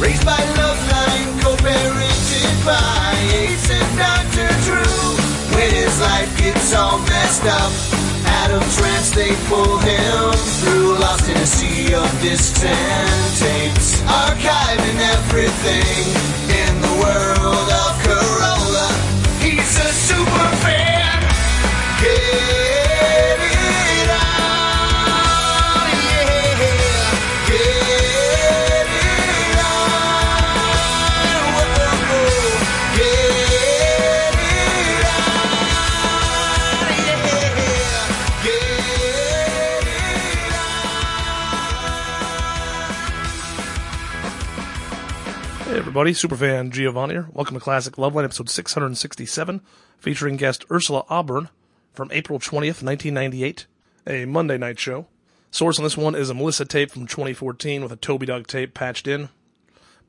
Raised by love line, co-parented by Ace and Dr. Drew. When his life gets all messed up, out of trance they pull him through. Lost in a sea of distant tapes, archiving everything in the world of Corolla. He's a super fan. Get it on, yeah. Get it on, whoa. Get it on, yeah. Get it Hey everybody, superfan Giovanni here. Welcome to Classic Loveline, episode 667, featuring guest Ursula Auburn from April 20th, 1998, a Monday night show. Source on this one is a Melissa tape from 2014 with a Toby Dog tape patched in.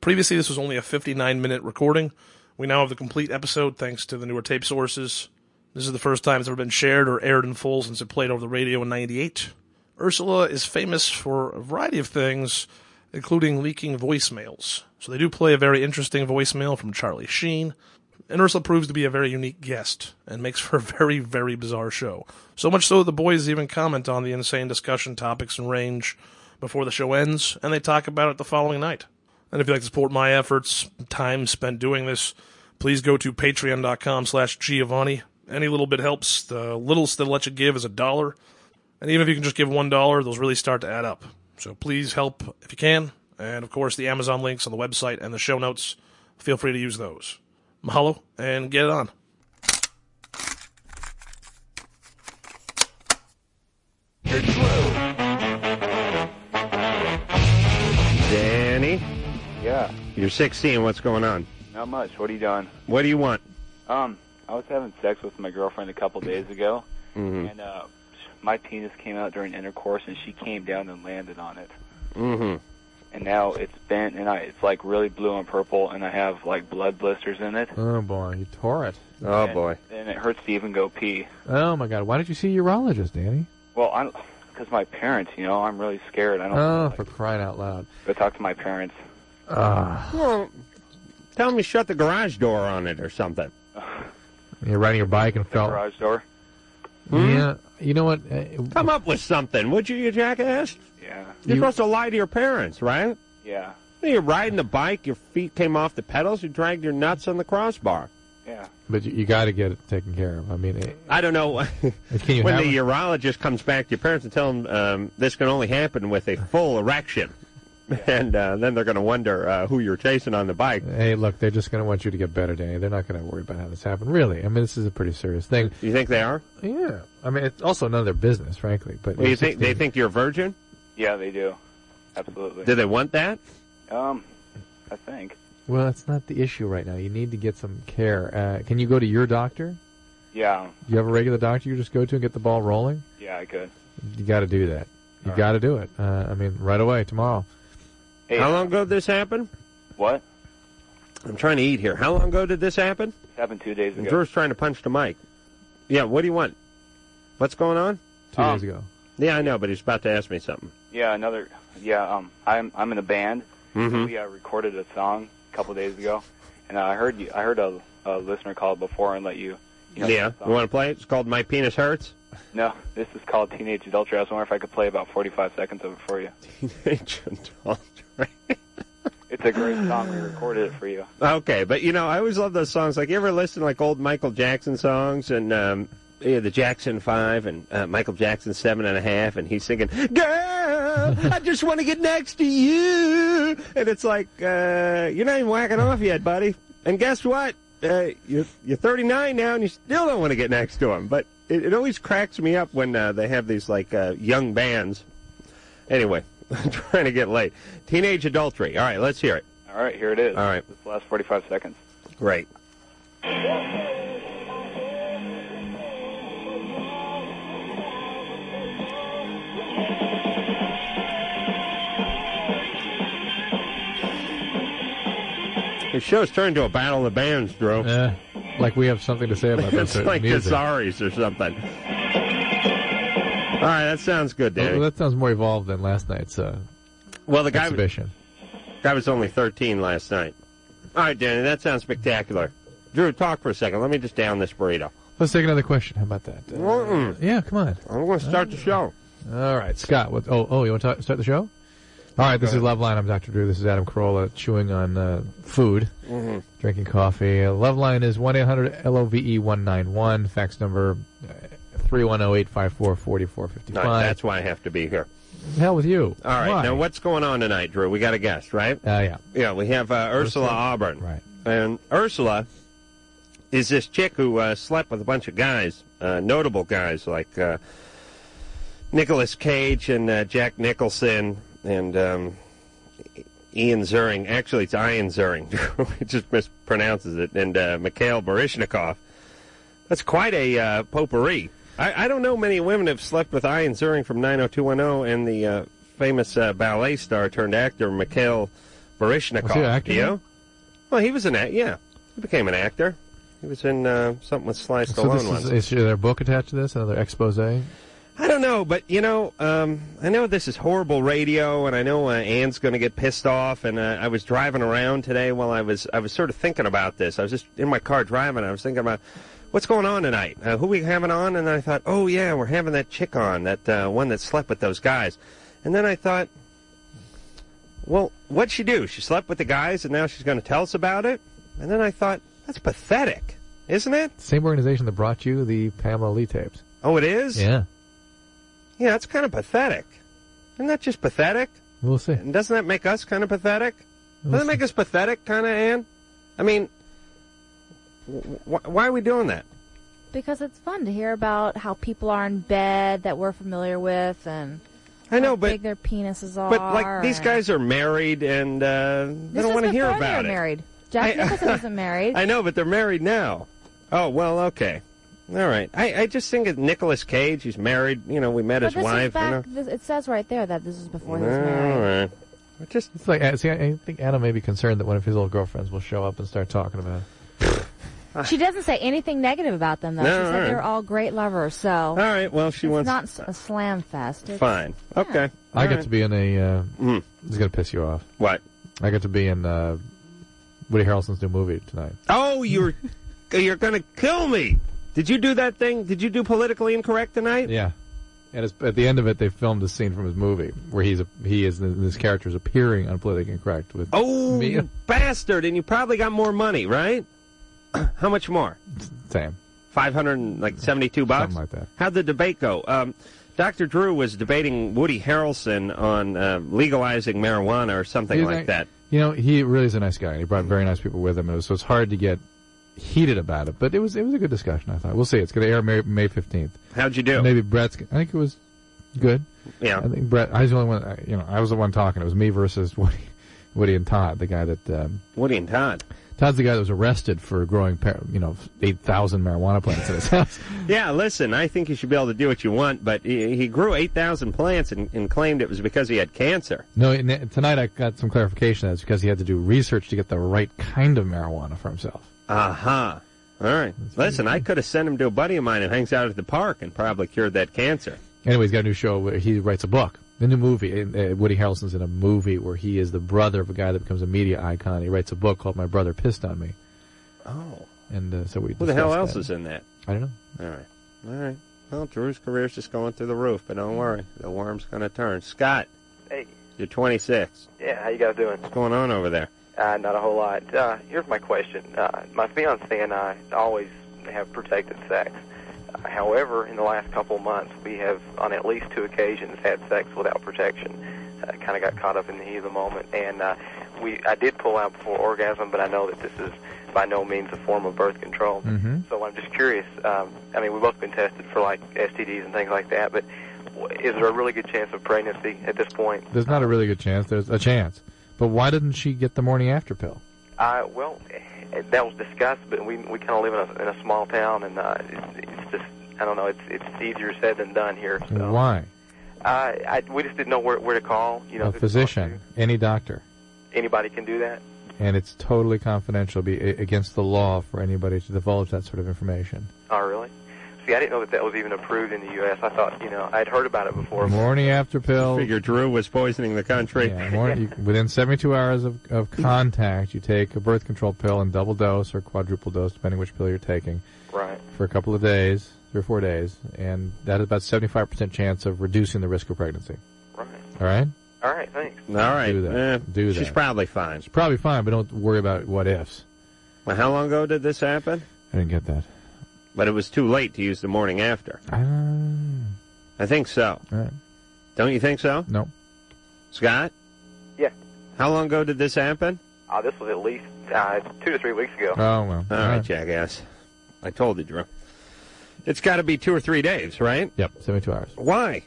Previously, this was only a 59 minute recording. We now have the complete episode thanks to the newer tape sources. This is the first time it's ever been shared or aired in full since it played over the radio in 98. Ursula is famous for a variety of things, including leaking voicemails. So they do play a very interesting voicemail from Charlie Sheen. And Ursula proves to be a very unique guest and makes for a very, very bizarre show. So much so that the boys even comment on the insane discussion topics and range before the show ends, and they talk about it the following night. And if you'd like to support my efforts, time spent doing this, please go to patreon.com slash Giovanni. Any little bit helps. The littlest they'll let you give is a dollar. And even if you can just give one dollar, those really start to add up. So please help if you can. And of course, the Amazon links on the website and the show notes. Feel free to use those. Mahalo and get it on. Danny, Yeah, you're 16. What's going on? not much. What are you doing? What do you want? Um, I was having sex with my girlfriend a couple days ago, Hmm. Mm-hmm. and uh, my penis came out during intercourse, and she came down and landed on it. Mm-hmm. And now it's bent, and I, it's like really blue and purple, and I have like blood blisters in it. Oh boy, you tore it. Oh and, boy. And it hurts to even go pee. Oh my god, why did you see a urologist, Danny? Well, I'm because my parents, you know, I'm really scared. I don't Oh, like, for crying out loud. go talk to my parents. Ah, Well, tell him to shut the garage door on it or something. you're riding your bike and felt. Garage door. Yeah, you know what? eh, Hmm? Come up with something, would you, you jackass? Yeah, You're You- supposed to lie to your parents, right? yeah, You're riding the bike, your feet came off the pedals, you dragged your nuts on the crossbar. yeah. But you, you got to get it taken care of. I mean, eh, I don't know. when can you have the it? urologist comes back to your parents and tell them um, this can only happen with a full erection. And uh, then they're going to wonder uh, who you're chasing on the bike. Hey, look, they're just going to want you to get better, Danny. They're not going to worry about how this happened. Really, I mean, this is a pretty serious thing. You think they are? Yeah, I mean, it's also none of their business, frankly. But Do you you're think they 16. think you're a virgin? Yeah, they do. Absolutely. Do they want that? um, I think. Well, that's not the issue right now. You need to get some care. Uh, can you go to your doctor? Yeah, Do you have a regular doctor you just go to and get the ball rolling? yeah, I could. You got to do that. You got to do it. Uh, I mean, right away tomorrow. Hey, How long ago did this happen? what? I'm trying to eat here. How long ago did this happen? This happened two days ago. Drew's trying to punch the mic. Yeah, what do you want? What's going on? Two Um, days ago. Yeah, I know, but he's about to ask me something. Yeah, another. Yeah, um, I'm I'm in a band. Mhm. We uh, recorded a song a couple days ago, and I heard you. I heard a, a listener call before and let you. you know, yeah, the song. you want to play it? It's called My Penis Hurts. No, this is called Teenage Adultery. I was wondering if I could play about 45 seconds of it for you. Teenage adultery. It's a great song. We recorded it for you. okay, but you know, I always love those songs. Like, you ever listen to like old Michael Jackson songs and um, yeah, the Jackson Five and uh, Michael Jackson Seven and a Half, and he's singing, "Girl, I just want to get next to you," and it's like, uh, you're not even whacking off yet, buddy. And guess what? Uh, you're you're 39 now, and you still don't want to get next to him. But it, it always cracks me up when uh, they have these like uh, young bands. Anyway, I'm trying to get late. Teenage adultery. All right, let's hear it. All right, here it is. All right. This last 45 seconds. Great. The show's turned to a battle of the bands, Drew. Eh, like we have something to say about that. it's sort of like music. Casares or something. All right, that sounds good, Well, Danny. that sounds more evolved than last night's uh, Well, the guy was exhibition. I was only 13 last night. All right, Danny, that sounds spectacular. Drew, talk for a second. Let me just down this burrito. Let's take another question. How about that? Uh, Mm-mm. yeah, come on. I'm going to start the show. All right, Scott. What? Oh, oh, you want to talk, start the show? All right, this is Loveline. I'm Dr. Drew. This is Adam Carolla chewing on uh, food, Mm-hmm. drinking coffee. Uh, Loveline is 1 800 LOVE 191. Fax number uh, 310 854 No, 4455. that's why I have to be here. Hell with you. All right, Why? now what's going on tonight, Drew? We got a guest, right? Uh, yeah, Yeah, we have uh, Ursula Auburn. right. And Ursula is this chick who uh, slept with a bunch of guys, uh, notable guys like uh, Nicolas Cage and uh, Jack Nicholson and um, Ian Ziering. Actually, it's Ian Ziering. it just mispronounces it. And uh, Mikhail Baryshnikov. That's quite a uh, potpourri. I, I don't know many women have slept with Ian Ziering from 90210 and the uh, famous uh, ballet star turned actor Mikhail Baryshnikov. Was he an actor? Do you? Well, he was an act. Yeah, he became an actor. He was in uh, something with Sly So Stallone this once. is, is there a book attached to this? Another expose? I don't know, but you know, um, I know this is horrible radio, and I know uh, Anne's going to get pissed off. And uh, I was driving around today while I was I was sort of thinking about this. I was just in my car driving. and I was thinking about what's going on tonight, uh, who we having on, and I thought, oh yeah, we're having that chick on, that uh, one that slept with those guys. And then I thought, well, what'd she do? She slept with the guys, and now she's going to tell us about it. And then I thought, that's pathetic, isn't it? Same organization that brought you the Pamela Lee tapes. Oh, it is. Yeah, Yeah, that's kind of pathetic. Isn't that just pathetic? we'll see. And doesn't that make us kind of pathetic? Doesn't that make us pathetic, kind of, Ann? I mean, wh- wh- why are we doing that? Because it's fun to hear about how people are in bed that we're familiar with and I how know, but big their penises are. but like these and- guys are married, and uh, they This don't was want to hear before they about were it. married. I- Jack Nicholson wasn't married. I know, but they're married now. Oh well, okay, all right. I, I just think of Nicolas Cage. He's married. You know, we met but his this wife. is back. you This, it says right there that this was before he know, was all married. right. We're Just It's like, uh, see, I I think Adam may be concerned that one of his old girlfriends will show up and start talking about it. She doesn't say anything negative about them though. Ah. No, she said all right. they're all great lovers. So all right. Well, she Oh. it's wants not s- a slam fest. It's- fine. Okay, I All get right. to be in a. Uh, It's gonna piss you off. what? I get to be in uh, Woody Harrelson's new movie tonight. Oh, you're you're gonna kill me. Did you do that thing? Did you do politically incorrect tonight? Yeah, and it's, at the end of it, they filmed a scene from his movie where he's a, he is this character is appearing on Politically Incorrect with Oh, Me? you bastard! And you probably got more money, right? How much more? Sam. Five hundred like seventy-two bucks. Something like that. How'd the debate go? Um, Dr. Drew was debating Woody Harrelson on uh, legalizing marijuana or something He's like like- that. You know, he really is a nice guy. and He brought very nice people with him, and it was, so it's hard to get heated about it. But it was it was a good discussion. I thought we'll see. It's going to air May May fifteenth. How'd you do? Maybe Brett's. I think it was good. Yeah. I think Brett. I was the only one. I- You know, I was the one talking. It was me versus Woody, Woody and Todd, the guy that. Um, Woody and Todd. Todd's the guy that was arrested for growing, par- you know, eight thousand marijuana plants in his house. Yeah, listen, I think you should be able to do what you want, but he, he grew 8,000 plants and, and claimed it was because he had cancer. No, and uh, tonight I got some clarification. That's because he had to do research to get the right kind of marijuana for himself. Aha. All right. Listen, I could have sent him to a buddy of mine who hangs out at the park and probably cured that cancer. Anyway, he's got a new show where he writes a book. The new movie, uh, Woody Harrelson's in a movie where he is the brother of a guy that becomes a media icon. He writes a book called "My Brother Pissed on Me," Oh. and uh, so we. Who the hell discussed else that. is in that? I don't know. All right. All right. Well, Drew's career's just going through the roof, but don't worry. The worm's going to turn. Scott, Hey, you're 26. yeah, how you guys doing? What's going on over there? Uh, not a whole lot. Uh, here's my question. Uh, my fiance and I always have protected sex. Uh, however, in the last couple of months, we have, on at least two occasions, had sex without protection. Uh, kind of got caught up in the heat of the moment, and uh, we I did pull out before orgasm, but I know that this is by no means a form of birth control. Mm. Mm-hmm. So I'm just curious. Um, I mean, we've both been tested for like STDs and things like that, but w- is there a really good chance of pregnancy at this point? There's not a really good chance. There's a chance, but why didn't she get the morning after pill? Uh, well, eh, that was discussed, but we we kind of live in a in a small town, and uh, it's, it's just I don't know. It's it's easier said than done here. So. Why? Uh, I we just didn't know where where to call. You know, A who to talk physician, any doctor, to. Anybody can do that. and it's totally confidential. It'd Be a- against the law for anybody to divulge that sort of information. Oh, really? See, I didn't know that that was even approved in the U.S. I thought, you know, I'd heard about it before. Morning after pill. Figure Drew was poisoning the country. Yeah, morning, you, within 72 hours of, of contact, you take a birth control pill in double dose or quadruple dose, depending which pill you're taking, Right. for a couple of days, three or four days, and that is about 75% chance of reducing the risk of pregnancy. Right. All right? All right. Thanks. All right. Do that. eh, Do She's that. probably fine. Probably fine, but don't worry about what ifs. Well, how long ago did this happen? I didn't get that. But it was too late to use the morning after. I don't I think so. Right. Don't you think so? No. Scott? Yeah. How long ago did this happen? Uh, this was at least uh, two to three weeks ago. Oh, well. All right, jackass. I told you, Drew. It's got to be two or three days, right? Yep, 72 hours. Why?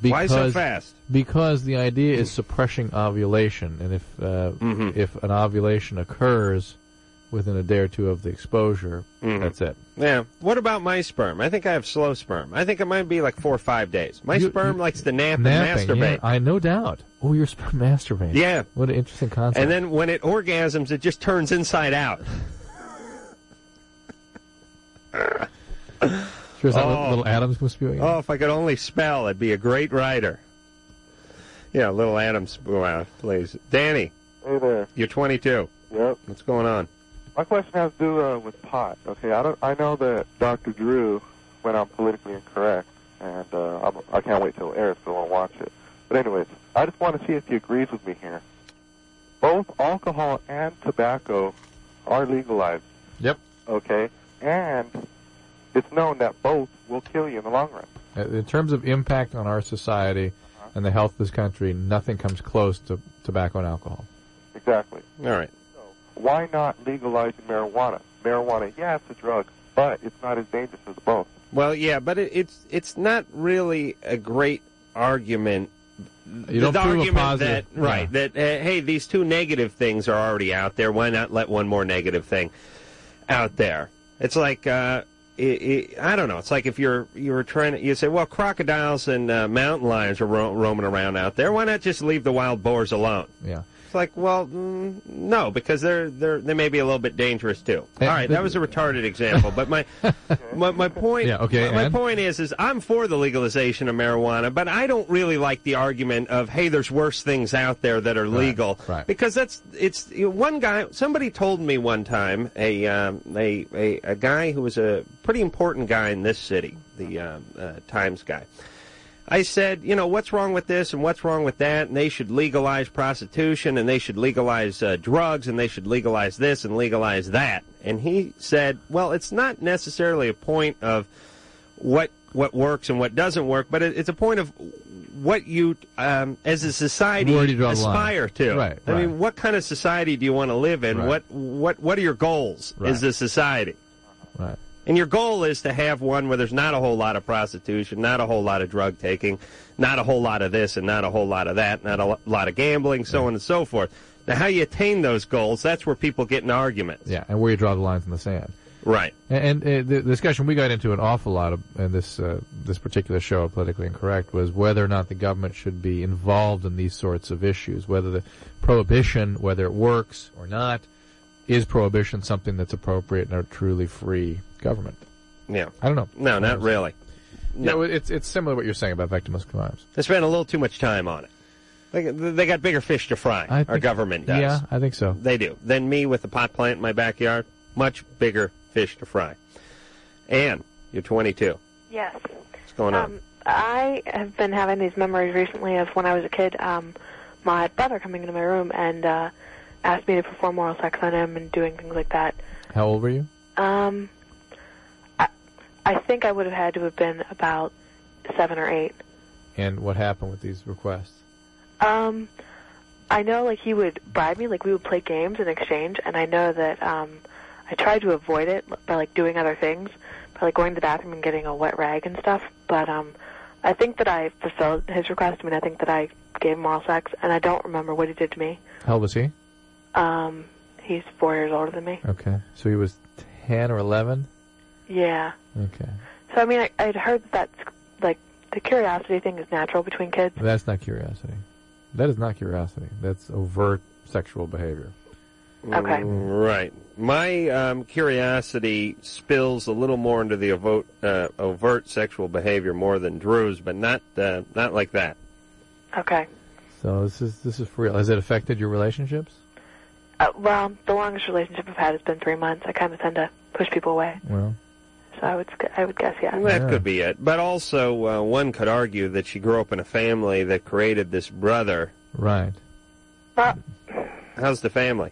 Why so fast? Because the idea is suppressing ovulation, and if uh, Mm-hmm. if an ovulation occurs within a day or two of the exposure, Mm-hmm. that's it. Yeah. What about my sperm? I think I have slow sperm. I think it might be like four or five days. My You- sperm likes to nap Napping, and yeah, masturbate. I no doubt. Oh, you're sperm masturbating. Yeah. What an interesting concept. And then when it orgasms, it just turns inside out. sure, is that what Oh. little atoms was spewing? Oh, if I could only spell, I'd be a great writer. Yeah, little Adam, spoon out, please. Danny, Hey there. you're 22. Yep. What's going on? My question has to do uh, with pot. Okay, I don't. I know that Dr. Drew went on politically incorrect, and uh, I'm, I can't wait till it airs so I'll watch it. But anyways, I just want to see if he agrees with me here. Both alcohol and tobacco are legalized. Yep. Okay, and it's known that both will kill you in the long run. Uh, In terms of impact on our society and the health of this country, nothing comes close to tobacco and alcohol. Exactly. All right. Why not legalize marijuana? Marijuana, yeah, it's a drug, but it's not as dangerous as both. Well, yeah, but it, it's it's not really a great argument. You don't the prove a argument positive. that right Yeah. that uh, hey, these two negative things are already out there. Why not let one more negative thing out there? It's like uh, i i I don't know. It's like if you're you were trying to you say, well, crocodiles and uh, mountain lions are ro- roaming around out there. Why not just leave the wild boars alone? yeah. It's like, well, mm, no, because they're they're they may be a little bit dangerous too. All right, that was a retarded example, but my my, my point Yeah, okay, my, my and? point is is I'm for the legalization of marijuana, but I don't really like the argument of hey, there's worse things out there that are legal right. because that's it's you know, one guy. Somebody told me one time a um, a, a a guy who was a pretty important guy in this city, the um, uh, Times guy. I said, you know, what's wrong with this and what's wrong with that, and they should legalize prostitution and they should legalize uh, drugs and they should legalize this and legalize that. And he said, well, it's not necessarily a point of what what works and what doesn't work, but it, it's a point of what you, um, as a society, Where do you draw the line? aspire to. Right, I right. mean, what kind of society do you want to live in? Right. What what what are your goals Right. as a society? Right. And your goal is to have one where there's not a whole lot of prostitution, not a whole lot of drug taking, not a whole lot of this and not a whole lot of that, not a lo- lot of gambling, so on and so forth. Now, how you attain those goals, that's where people get in arguments. Yeah. And where you draw the lines in the sand. Right. And, and uh, the the discussion we got into an awful lot of, in this uh, this particular show, of politically incorrect, was whether or not the government should be involved in these sorts of issues, whether the prohibition, whether it works or not, is prohibition something that's appropriate in a truly free government. Yeah. I don't know. No, not really. No, it's it's similar to what you're saying about victimless crimes. They spend a little too much time on it. They, they got bigger fish to fry, I our think- government does. Yeah, I think so. They do. Than me with the pot plant in my backyard, much bigger fish to fry. Ann, you're 22. Yes. What's going on? Um, I have been having these memories recently of when I was a kid. Um, my brother coming into my room and uh, asked me to perform oral sex on him and doing things like that. How old were you? Um, I, I think I would have had to have been about seven or eight. And what happened with these requests? Um, I know like he would bribe me, like we would play games in exchange, and I know that um, I tried to avoid it by like doing other things, by like going to the bathroom and getting a wet rag and stuff. But um, I think that I fulfilled his request. I mean, I think that I gave him oral sex, and I don't remember what he did to me. How old was he? Um, he's four years older than me. Okay, so he was ten or eleven. Yeah. Okay, So I mean, I, I'd heard that that's like the curiosity thing is natural between kids. That's not curiosity. That is not curiosity. That's overt sexual behavior. Okay. Right. My um, curiosity spills a little more into the overt, uh, overt sexual behavior more than Drew's, but not uh, not like that. Okay. So this is this is for real. Has it affected your relationships? Uh, well, the longest relationship I've had has been three months. I kind of tend to push people away, Well, so I would I would guess yeah. That could be it. But also, uh, one could argue that she grew up in a family that created this brother. right. How's the family?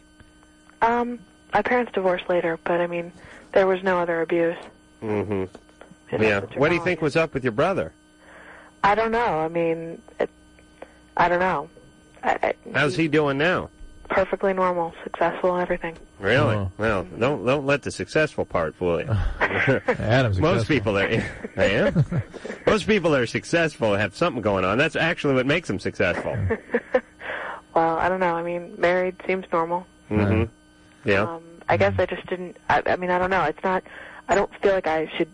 Um, my parents divorced later, but I mean, there was no other abuse. hmm Yeah. What do you think was up with your brother? I don't know. I mean, it, I don't know. I, How's he doing now? I, perfectly normal, successful, and everything. Really? Uh-huh. Well, don't don't let the successful part fool you. Adam's most people that I am. most people that are successful have something going on. That's actually what makes them successful. Well, I don't know. I mean, married seems normal. Um, hmm Yeah. I guess I just didn't. I, I mean, I don't know. It's not. I don't feel like I should.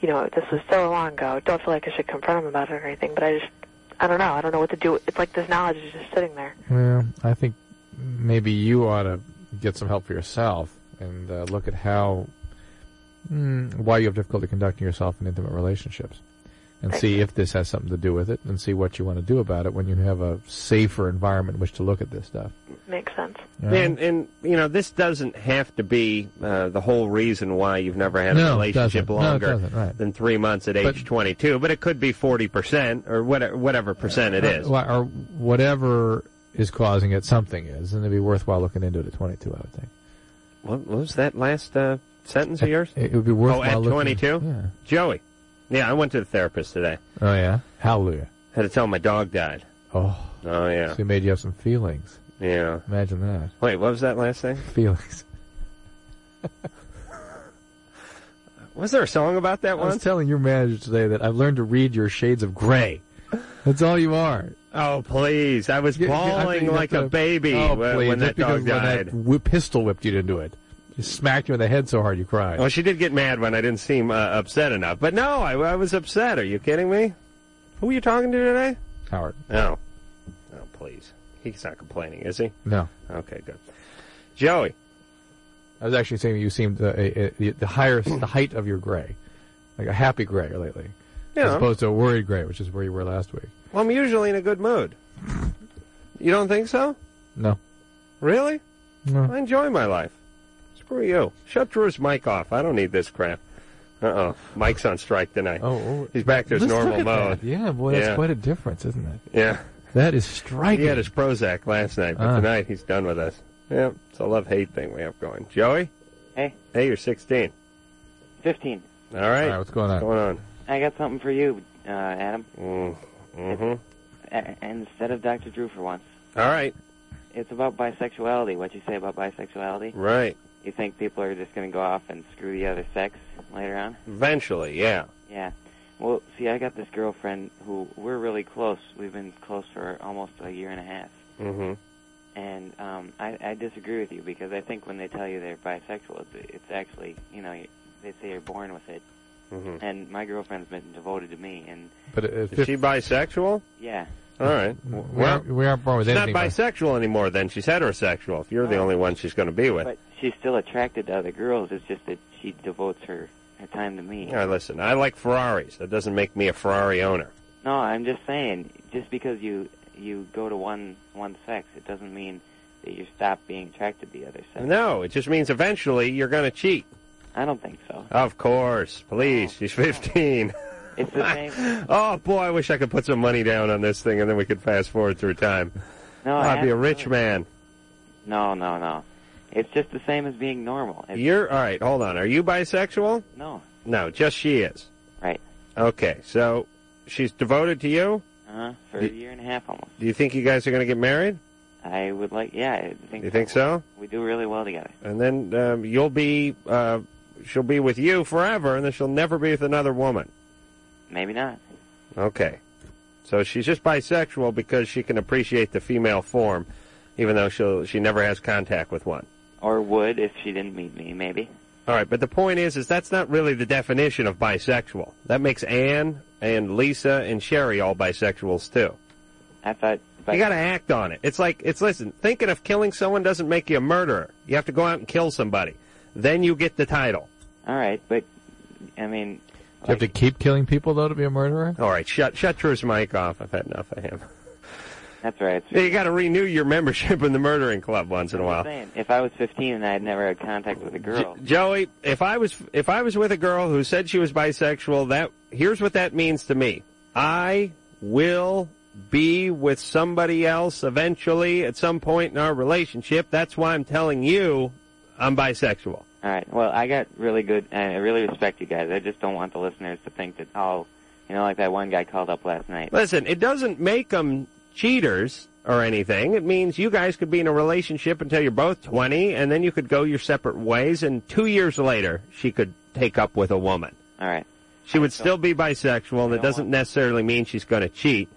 You know, this was so long ago. I don't feel like I should confront him about it or anything. But I just. I don't know. I don't know what to do. It's like this knowledge is just sitting there. Well, I think maybe you ought to get some help for yourself and uh, look at how mm, why you have difficulty conducting yourself in intimate relationships, and see if this has something to do with it, and see what you want to do about it when you have a safer environment in which to look at this stuff. Makes sense. And and you know this doesn't have to be uh, the whole reason why you've never had a No, it doesn't. relationship No, it longer doesn't, right. than three months at age But- twenty two, but it could be forty percent or whatever, whatever percent it is. Or, or whatever is causing it, something is, and it'd be worthwhile looking into it at 22. I would think What what was that last uh, sentence of yours? it would be worthwhile. oh, at looking- twenty two, Yeah. Joey. Yeah, I went to the therapist today. Oh yeah. Hallelujah. Had to tell my dog died. Oh, Oh yeah, so he made you have some feelings. yeah. Imagine that. Wait, what was that last thing? Feelings. Was there a song about that I was once? telling your manager today that I've learned to read your shades of gray. That's all you are. Oh please! I was You- you- I think bawling you like have a to- baby oh, when, please, when just that because dog when I died. whi- pistol whipped you into it. Just smacked you in the head so hard you cried. Well, she did get mad when I didn't seem uh, upset enough. But no, I, I was upset. Are you kidding me? Who were you talking to today? Howard. No. Oh, please. He's not complaining, is he? No. Okay, good. Joey. I was actually saying you seemed uh, a, a, the higher, the height of your gray. Like a happy gray lately. As Yeah. opposed to a worried gray, which is where you were last week. Well, I'm usually in a good mood. You don't think so? No. Really? No. I enjoy my life. Screw you. Shut Drew's mic off. I don't need this crap. Uh oh. Mike's on strike tonight. Oh, oh. He's back to his Let's normal look at mode. that. Yeah, boy, that's Yeah. quite a difference, isn't it? Yeah. That is He striking. had his Prozac last night, but Ah. tonight he's done with us. Yeah, it's a love hate thing we have going. Joey? Hey. Hey, you're 16. 15. All All right. right, what's going What's on? going on? I got something for you, uh, Adam. Mm. Mm-hmm. A- instead of Dr. Drew for once. All right. It's about bisexuality. What you say about bisexuality? Right. You think people are just going to go off and screw the other sex later on? Hmm. Eventually, yeah. Yeah. Well, see, I got this girlfriend who we're really close. We've been close for almost a year and a half. Mm-hmm. And um, I, I disagree with you because I think when they tell you they're bisexual, it's, it's actually, you know, you- they say you're born with it. Mhm. And my girlfriend's been devoted to me, and But uh, at Is 15, she bisexual? yeah, All right. we, Well, aren't, we aren't born with she's not anything. but- bisexual anymore then. She's heterosexual if you're the Oh. only one she's going to be with. But she's still attracted to other girls. It's just that she devotes her, her time to me. All right, listen, I like Ferraris. That doesn't make me a Ferrari owner. No, I'm just saying, just because you you go to one one sex, it doesn't mean that you stop being attracted to the other sex. No, it just means eventually you're going to cheat. I don't think so. Oh. Of course. Please, she's 15. It's the same. Oh boy, I wish I could put some money down on this thing and then we could fast forward through time. No, I'd be a absolutely. rich man. No, no, no. It's just the same as being normal. It's, You're all right. Hold on. Are you bisexual? No, No, just she is. right? Okay, so she's devoted to you. Uh, for You- a year and a half almost. Do you think you guys are going to get married? I would like, yeah. I think You think so? We do really well together. And then um, you'll be, uh, she'll be with you forever, and then she'll never be with another woman. Maybe not. Okay, so she's just bisexual because she can appreciate the female form, even though she she never has contact with one. Or would if she didn't meet me, maybe. All right, but the point is, is that's not really the definition of bisexual. That makes Anne and Lisa and Sherry all bisexuals too. I thought You got to act on it. It's like it's listen. Thinking of killing someone doesn't make you a murderer. You have to go out and kill somebody, then you get the title. All right, but I mean, you have to keep killing people though to be a murderer. All right, shut shut Drew's mic off. I've had enough of him. That's right. You got to renew your membership in the murdering club once in a while. saying if I was 15 and I had never had contact with a girl, Joey, if I was if I was with a girl who said she was bisexual, that here's what that means to me. I will be with somebody else eventually at some point in our relationship. That's why I'm telling you I'm bisexual. all right. Well, I got really good. I really respect you guys. I just don't want the listeners to think that oh, you know, like that one guy called up last night. Listen, it doesn't make them cheaters or anything. It means you guys could be in a relationship until you're both 20 and then you could go your separate ways and 2 years later she could take up with a woman. All right. She would still be bisexual and it doesn't necessarily mean she's going to cheat.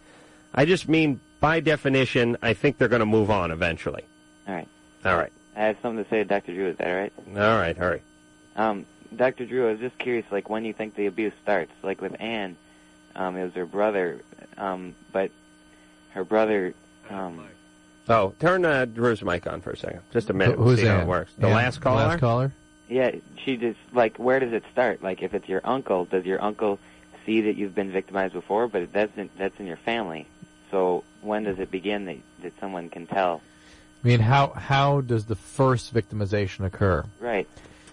I just mean by definition I think they're going to move on eventually. All right. All right. I have something to say to Dr. Drew. Is that all right? All right, hurry. Um, Dr. Drew, I was just curious, like, when you think the abuse starts. Like with Anne, um, it was her brother, um, but her brother, um, Oh, turn uh, Drew's mic on for a second. Just a minute. Who- who's see how that? it works. The Yeah, last the caller? last caller? yeah, she just like, where does it start? Like, if it's your uncle, does your uncle see that you've been victimized before? But that's in, that's in your family. So when does it begin that that someone can tell? I mean, how how does the first victimization occur? Right.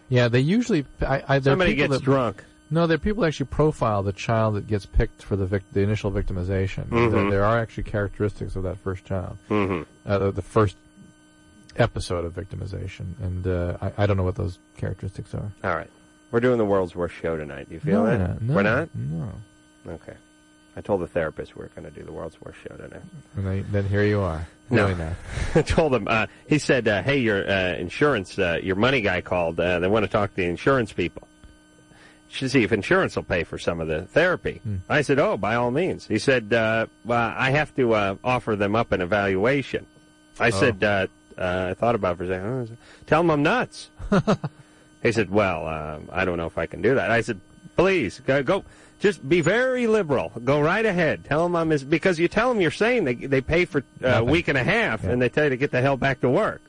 Yeah, they usually. I, I, there are Somebody people gets that- drunk. No, there are people that actually profile the child that gets picked for the vic- the initial victimization. Mhm. There, there are actually characteristics of that first child, Mhm. uh, the- the first episode of victimization, and uh, I, I don't know what those characteristics are. All right. We're doing the world's worst show tonight. Do you feel No, that? we're not. No, we're not? No. Okay. I told the therapist we were going to do the world's worst show tonight. And they, then here you are. No. doing that. I told him. Uh, he said, uh, "Hey, your uh, insurance, uh, your money guy called. Uh, they want to talk to the insurance people. Should see if insurance will pay for some of the therapy." I said, "Oh, by all means." He said, uh, well, "I have to uh, offer them up an evaluation." I Oh. said, uh, uh, "I thought about it for a second. Oh, Tell them I'm nuts." he said, "Well, um, I don't know if I can do that." I said, "Please go, go. Just be very liberal. Go right ahead. Tell them I'm his because you tell them you're saying they they pay for uh, a Nothing. week and a half, and they tell you to get the hell back to work.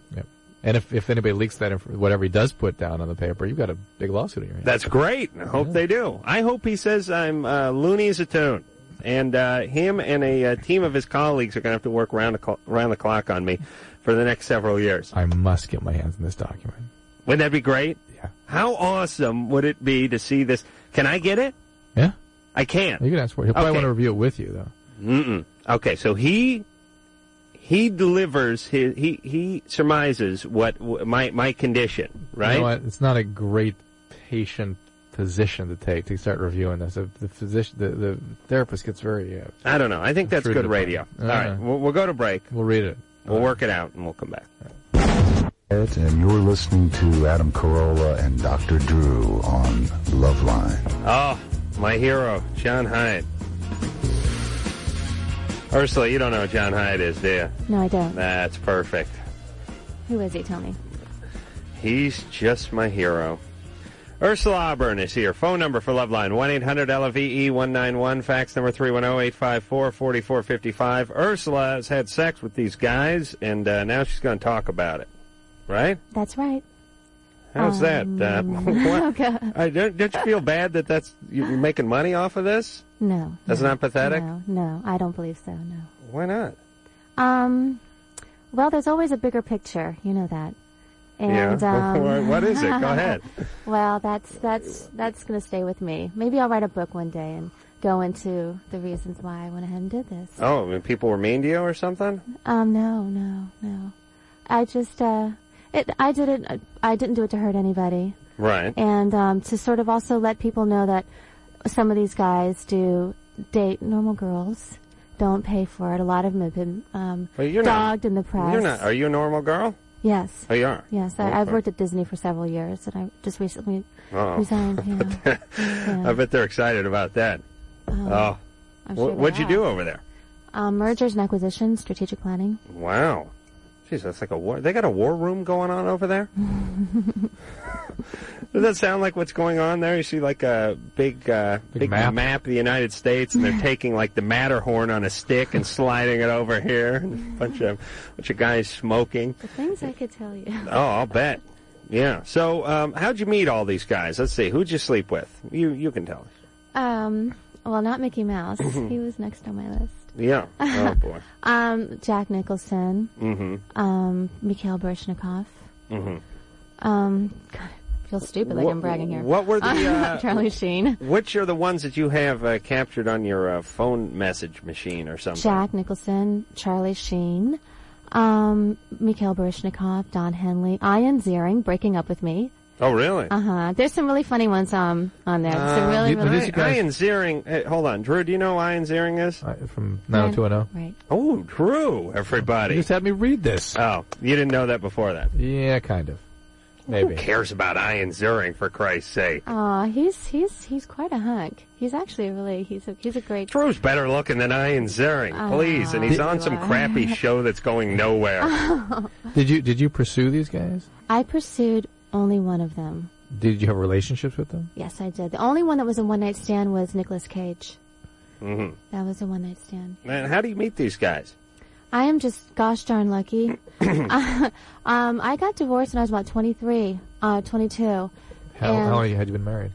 And if, if anybody leaks that, inf- whatever he does put down on the paper, you've got a big lawsuit in your hand. That's great. and I hope they do. I hope he says I'm uh, loony as a tune, and uh, him and a uh, team of his colleagues are going to have to work round the, cl- round the clock on me for the next several years. I must get my hands on this document. Wouldn't that be great? Yeah. How awesome would it be to see this? Can I get it? Yeah. I can't. You can ask for it. He'll probably Okay. want to review it with you, though. Mm-mm. Okay, so he he delivers his he he surmises what w- my my condition right. You know what? It's not a great patient position to take to start reviewing this. If the physician, the, the therapist gets very. Uh, I don't know. I think that's True good to- radio. I don't All right, know. we'll, we'll go to break. We'll read it. We'll work it out, and we'll come back. Barrett, and you're listening to Adam Carolla and Dr. Drew on Loveline. Oh, my hero, John Hyde. Ursula, you don't know who John Hyde is, do you? No, I don't. That's perfect. Who is he? Tell me. He's just my hero. Ursula Auburn is here. Phone number for Loveline 1 800 LVE 191. Fax number 310 854 4455. Ursula has had sex with these guys, and uh, now she's going to talk about it. Right? That's right. Um, How's that? Uh, what? Okay. I, don't, don't you feel bad that that's you- you're making money off of this? No. That's no, not pathetic? No, no, I don't believe so. No. Why not? Um, well, there's always a bigger picture. You know that. And, yeah. um, What- what is it? Go ahead. well, that's that's that's gonna stay with me. Maybe I'll write a book one day and go into the reasons why I went ahead and did this. Oh, I mean, people were mean to you or something? Um, no, no, no. I just uh, it. I did it. I didn't do it to hurt anybody. Right. and um, to sort of also let people know that some of these guys do date normal girls, don't pay for it. A lot of them have been um, Well, you're not- dogged in the press. You're not. Are you a normal girl? Yes. Oh, you are. Yes, Okay. I, I've worked at Disney for several years, and I just recently Oh. resigned. Yeah. Uh-huh. I bet they're excited about that. oh, I'm Wh- sure they what'd you do are. over there? um, mergers and acquisitions, strategic planning. Wow, jeez, that's like a war. They got a war room going on over there. Does that sound like what's going on there? You see, like a big, uh, big, map. of the United States, and they're taking like the Matterhorn on a stick and sliding it over here. And a bunch of, bunch of guys smoking. The things I could tell you. Oh, I'll bet. Yeah. So, um, how'd you meet all these guys? Let's see. Who'd you sleep with? You, you can tell. Um, well, not Mickey Mouse. he was next on my list. Yeah. Oh boy. Um, Jack Nicholson. Mm-hmm. Um, Mikhail Baryshnikov. Mm-hmm. Um, God, I feel stupid like What- I'm bragging here. what were the, uh, Charlie Sheen? Which are the ones that you have uh, captured on your uh, phone message machine or something? Jack Nicholson, Charlie Sheen, um, Mikhail Baryshnikov, Don Henley, Ian Ziering breaking up with me. Oh, really? Uh huh. There's some really funny ones um on there. Some really Um, really. I- Ian Ziering. Hey, hold on, Drew. Do you know who Ian Ziering is? from 90210. Right. Oh, Drew! Everybody. You just had me read this. Oh, you didn't know that before that. Yeah, kind of. Maybe. Who cares about Ian Ziering? For Christ's sake, Aw, he's he's he's quite a hunk. He's actually a really he's a he's a great. Drew's better looking than Ian Ziering. Please, and he's Ah, on some you are. crappy show that's going nowhere. Did you did you pursue these guys? I pursued only one of them. Did you have relationships with them? Yes, I did. The only one that was a one night stand was Nicolas Cage. hmm That was a one night stand. Man, how do you meet these guys? Oh I am just gosh darn lucky. um, I got divorced when I was about 23, uh, 22. How, and how long had you been married?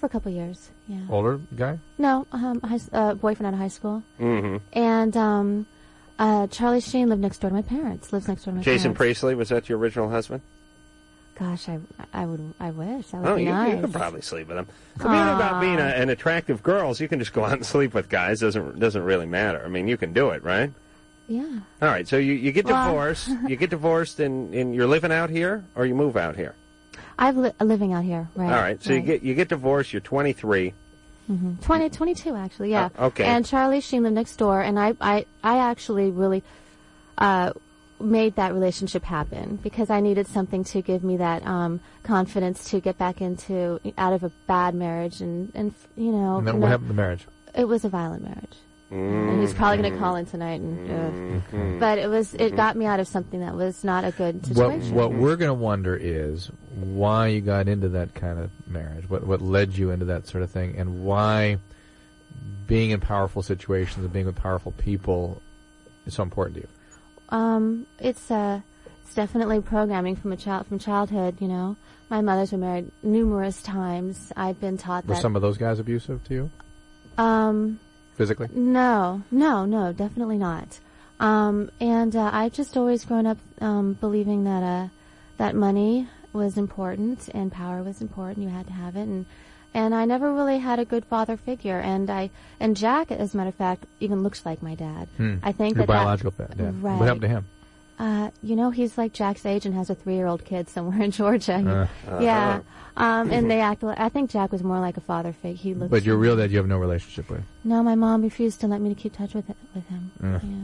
For a couple years, yeah. Older guy? No, um, high, s- uh, boyfriend out of high school. Mm-hmm. And um, uh, Charlie Sheen lived next door to my parents. Lives next door to my Jason parents. Priestley was that your original husband? Gosh, I, I would, I wish. That would Oh, be you, nice. you could probably sleep with him. The beauty about being a, an attractive girl is you can just go out and sleep with guys. Doesn't doesn't really matter. I mean, you can do it, right? Yeah. All right. So you, you get Well- divorced. you get divorced, and, and you're living out here, or you move out here. I've li- living out here, right? All right. So you get you get divorced. You're 23. hmm 20, 22, actually, yeah. Uh, okay. And Charlie Sheen lived next door, and I, I, I actually really uh, made that relationship happen because I needed something to give me that um, confidence to get back into out of a bad marriage, and and you know, And then no- what happened to the marriage? it was a violent marriage. And he's probably going to call in tonight, and ugh. Mm-hmm. but it was it got me out of something that was not a good What situation. Mm-hmm. what we're going to wonder is why you got into that kind of marriage. What what led you into that sort of thing, and why being in powerful situations and being with powerful people is so important to you. Um, it's uh, it's definitely programming from a child from childhood. You know, my mother's been married numerous times. I've been taught Were that. some of those guys abusive to you um, physically? no, no, no, definitely not. Um, and uh, I've just always grown up um, believing that uh, that money was important and power was important. You had to have it, and and I never really had a good father figure. And I and Jack, as a matter of fact, even looks like my dad. Hmm. I think your that that- biological dad. yeah. Right. What happened to him? Uh, you know, he's like Jack's age and has a three-year-old kid somewhere in Georgia. Uh. yeah, um, and they act. li- I think Jack was more like a father figure. He looked. But your real dad, you have no relationship with. No, my mom refused to let me to keep touch with it, with him. Ugh. Yeah.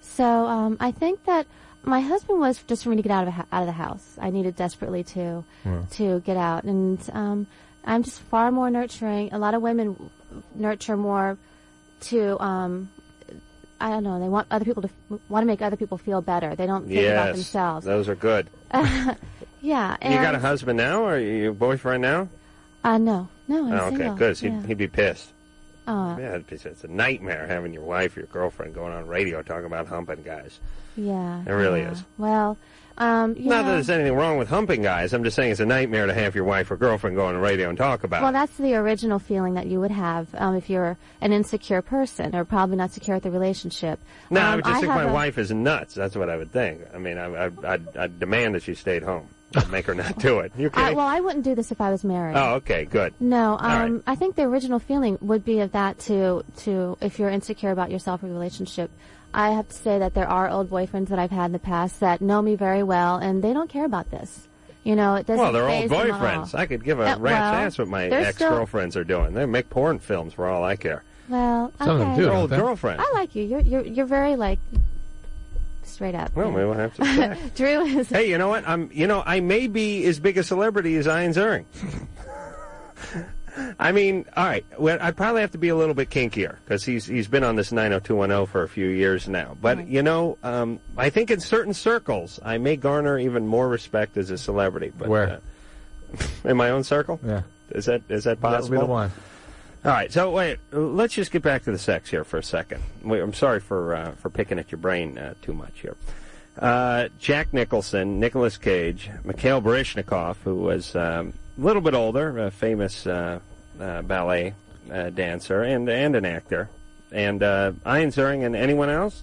So um, I think that my husband was just for me to get out of a, hou- out of the house. I needed desperately to Yeah. to get out, and um, I'm just far more nurturing. A lot of women nurture more to. Um, I don't know. They want other people to f- want to make other people feel better. They don't think about Yes. themselves. Those are good. Yeah. And, you got a husband now, or your boyfriend now? Uh, no, no, I'm oh, okay. single. Good. So Yeah. Uh, He'd, he'd be pissed. Aw, yeah, it'd be- it's a nightmare having your wife or your girlfriend going on radio talking about humping guys. yeah. It really yeah. is. Well, um, you know, Not that there's anything wrong with humping guys. I'm just saying it's a nightmare to have your wife or girlfriend go on the radio and talk about. Well, it. that's the original feeling that you would have um, if you're an insecure person or probably not secure at the relationship. No, um, I would just think have my a- wife is nuts. That's what I would think. I mean, I, I, I'd, I'd demand that she stayed home. I'd make her not do it. You I, okay? well, I wouldn't do this if I was married. oh, okay, good. No, All right. um, I think the original feeling would be of that to to if you're insecure about yourself or your relationship. I have to say that there are old boyfriends that I've had in the past that know me very well, and they don't care about this. You know, it doesn't. Well, they're old faze them at all. boyfriends. I could give a Uh, rat's well, ass what my they're ex girlfriends are doing. They make porn films for all I care. Well, Some of them okay. do, Your old don't they? girlfriend. I like you. You're you're you're very like straight up. Well, we will have to. check. Drew is hey, you know what? I'm. You know, I may be as big a celebrity as Ian Ziering. I mean, all right. Well, I probably have to be a little bit kinkier because he's he's been on this 90210 for a few years now. But you know, um, I think in certain circles, I may garner even more respect as a celebrity. But, Where? uh, in my own circle? Yeah. Is that is that That'll be possible? the one. All right. So wait, let's just get back to the sex here for a second. Wait, I'm sorry for uh, for picking at your brain uh, too much here. Uh, Jack Nicholson, Nicolas Cage, Mikhail Baryshnikov, who was um, a little bit older, a famous uh, uh, ballet uh, dancer and and an actor, and uh, Ian Ziering, and anyone else?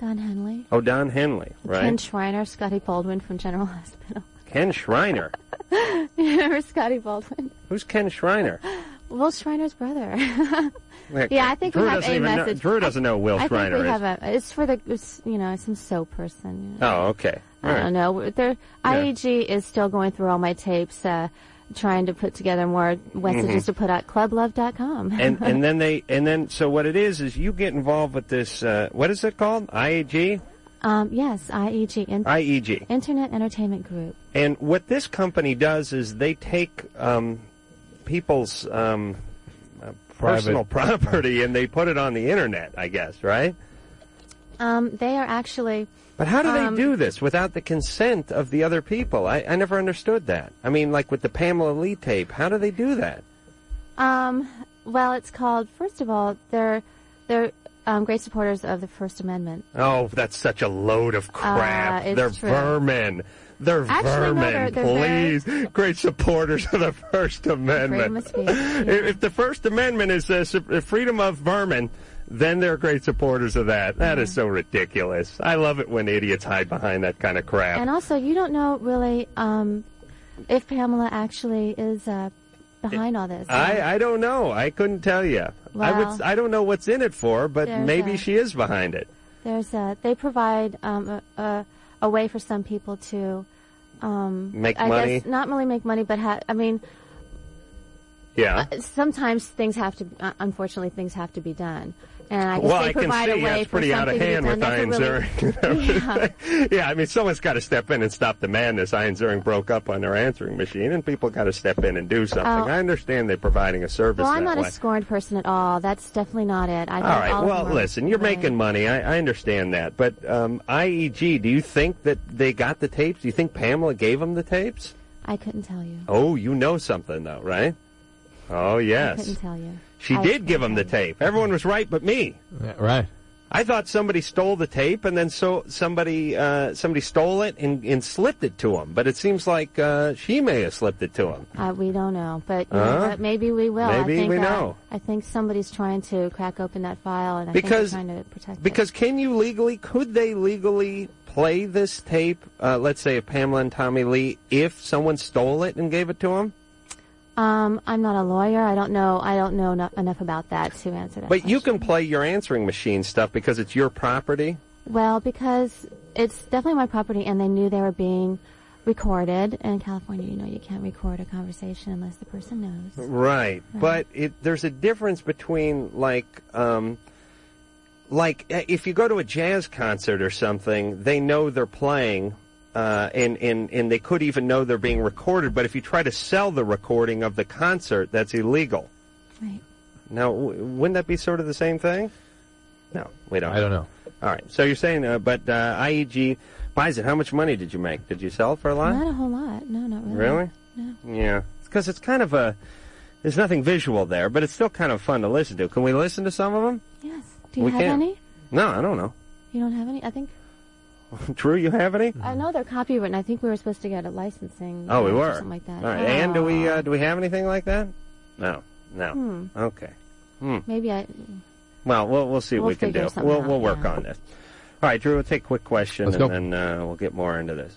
Don Henley. Oh, Don Henley, right? Ken Schreiner, Scotty Baldwin from General Hospital. Ken Schreiner. you remember Scotty Baldwin? Who's Ken Schreiner? Will Schreiner's brother. Yeah, yeah, I think Drew we have doesn't a even know- message. Drew doesn't know who Will I Schreiner think we is. have a. It's for the it's, you know some soap person. you know. Oh, okay. All I don't right. know. There, Yeah. IEG E is still going through all my tapes, uh, trying to put together more messages Mhm. to put out. Clublove.com. and and then they and then so what it is is you get involved with this uh, what is it called E IAG um, yes, IEG, in- IEG Internet Entertainment Group. E and what this company does is they take um, people's um, uh, personal Private- property and they put it on the internet I guess right Um, they are actually. but how do um, they do this without the consent of the other people I, I never understood that I mean like with the Pamela Lee tape how do they do that Um, well, it's called. First of all, they're they're um, great supporters of the First Amendment. oh that's such a load of crap Uh, it's they're true. vermin they're Actually, no, vermin they're- they're very- please great supporters of the First Amendment. must be, If- If the First Amendment is uh, sup- freedom of vermin, then they're great supporters of that. That is so ridiculous. I love it when idiots hide behind that kind of crap. And also, you don't know really um, if Pamela actually is uh, behind all this. I, I don't know. I couldn't tell you. I Well- would. I don't know what's in it for, but There's maybe a- she is behind it. There's a, they provide um, a, a, a way for some people to um, Make I money? Guess not really make money, but ha- I mean, uh, Yeah. sometimes things have to. Uh, unfortunately, things have to be done. And I guess well, they I can provide see a way that's for pretty out of something to be hand done. with That's a Ian really- Ziering. yeah, I mean, someone's got to step in and stop the madness. Ian Ziering broke up on their answering machine, and people got to step in and do something. Oh. I understand they're providing a service Well, I'm that not way. a scorned person at all. That's definitely not it. I think all right. All of Well, them are- listen, you're making money. I, I understand that, but um, IEG, do you think that they got the tapes? Do you think Pamela gave them the tapes? I couldn't tell you. Oh, you know something though, right? Oh I couldn't yes, tell you. she I- did give them the tape. Everyone was right, but me. right. I thought somebody stole the tape, and then so somebody uh, somebody stole it and, and slipped it to him. But it seems like uh, she may have slipped it to him. Uh, we don't know, but you know Huh? what? maybe we will. Maybe I think, we uh, know. I think somebody's trying to crack open that file, and I Because- think they're trying to protect. Because can you legally, could they legally play this tape, uh, let's say of Pamela and Tommy Lee, if someone stole it and gave it to him? Um, I'm not a lawyer. I don't know. I don't know no- enough about that to answer that. But you can play your answering machine stuff because it's your property. well, because it's definitely my property, and they knew they were being recorded. And in California, you know, you can't record a conversation unless the person knows. Right, but it, there's a difference between like, um, like eh, if you go to a jazz concert or something, they know they're playing, uh, and and and they could even know they're being recorded. But if you try to sell the recording of the concert, that's illegal. Right. Now, w- wouldn't that be sort of the same thing? No, we don't. I don't know. All right, so you're saying, uh, but uh, IEG buys it. How much money did you make? Did you sell it for a lot? Not a whole lot. No, not really. Really? No. Yeah. Because it's kind of a. There's nothing visual there, but it's still kind of fun to listen to. Can we listen to some of them? Yes. Do you we have can. any? No, I don't know. You don't have any? I think Drew, you have any? I know they're copywritten. I think we were supposed to get a licensing. Oh, we notice were. Or something like that. Oh. All right. And do we uh, do we have anything like that? No. No. Hmm. Okay. Hmm. Maybe I. Well, we'll we'll see what We'll we can figure do. something We'll out, we'll work yeah. on this. All right, Drew. We'll take a quick question Let's and go. then uh, we'll get more into this.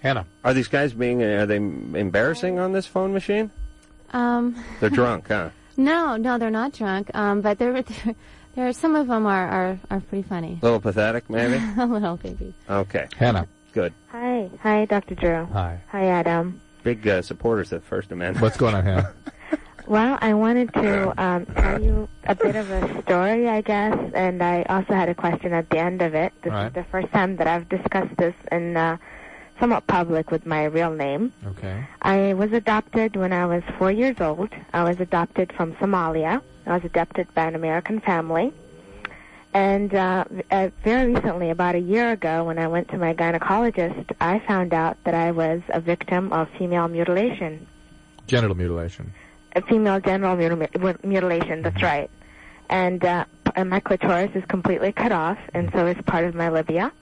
Hannah, are these guys being uh, are they embarrassing on this phone machine? Um. They're drunk, huh? No, no, they're not drunk. Um, but there, there, there are some of them are are, are pretty funny. A little pathetic, maybe. a little baby. Okay. Hannah. Good. Hi, hi, Dr. Drew. Hi. Hi, Adam. Big uh, supporters of the First Amendment. What's going on, Hannah? Well, I wanted to um, tell you a bit of a story, I guess, and I also had a question at the end of it. This All right. is the first time that I've discussed this in uh, somewhat public with my real name. Okay. I was adopted when I was four years old. I was adopted from Somalia. I was adopted by an American family. And uh, uh, very recently, about a year ago, when I went to my gynecologist, I found out that I was a victim of female mutilation. Genital mutilation. a female genital mutil- wi- mutilation. That's right. And uh, p- and my clitoris is completely cut off, and so is part of my labia.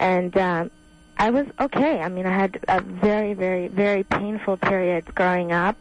And uh, I was okay. I mean, I had a very, very, very painful period growing up,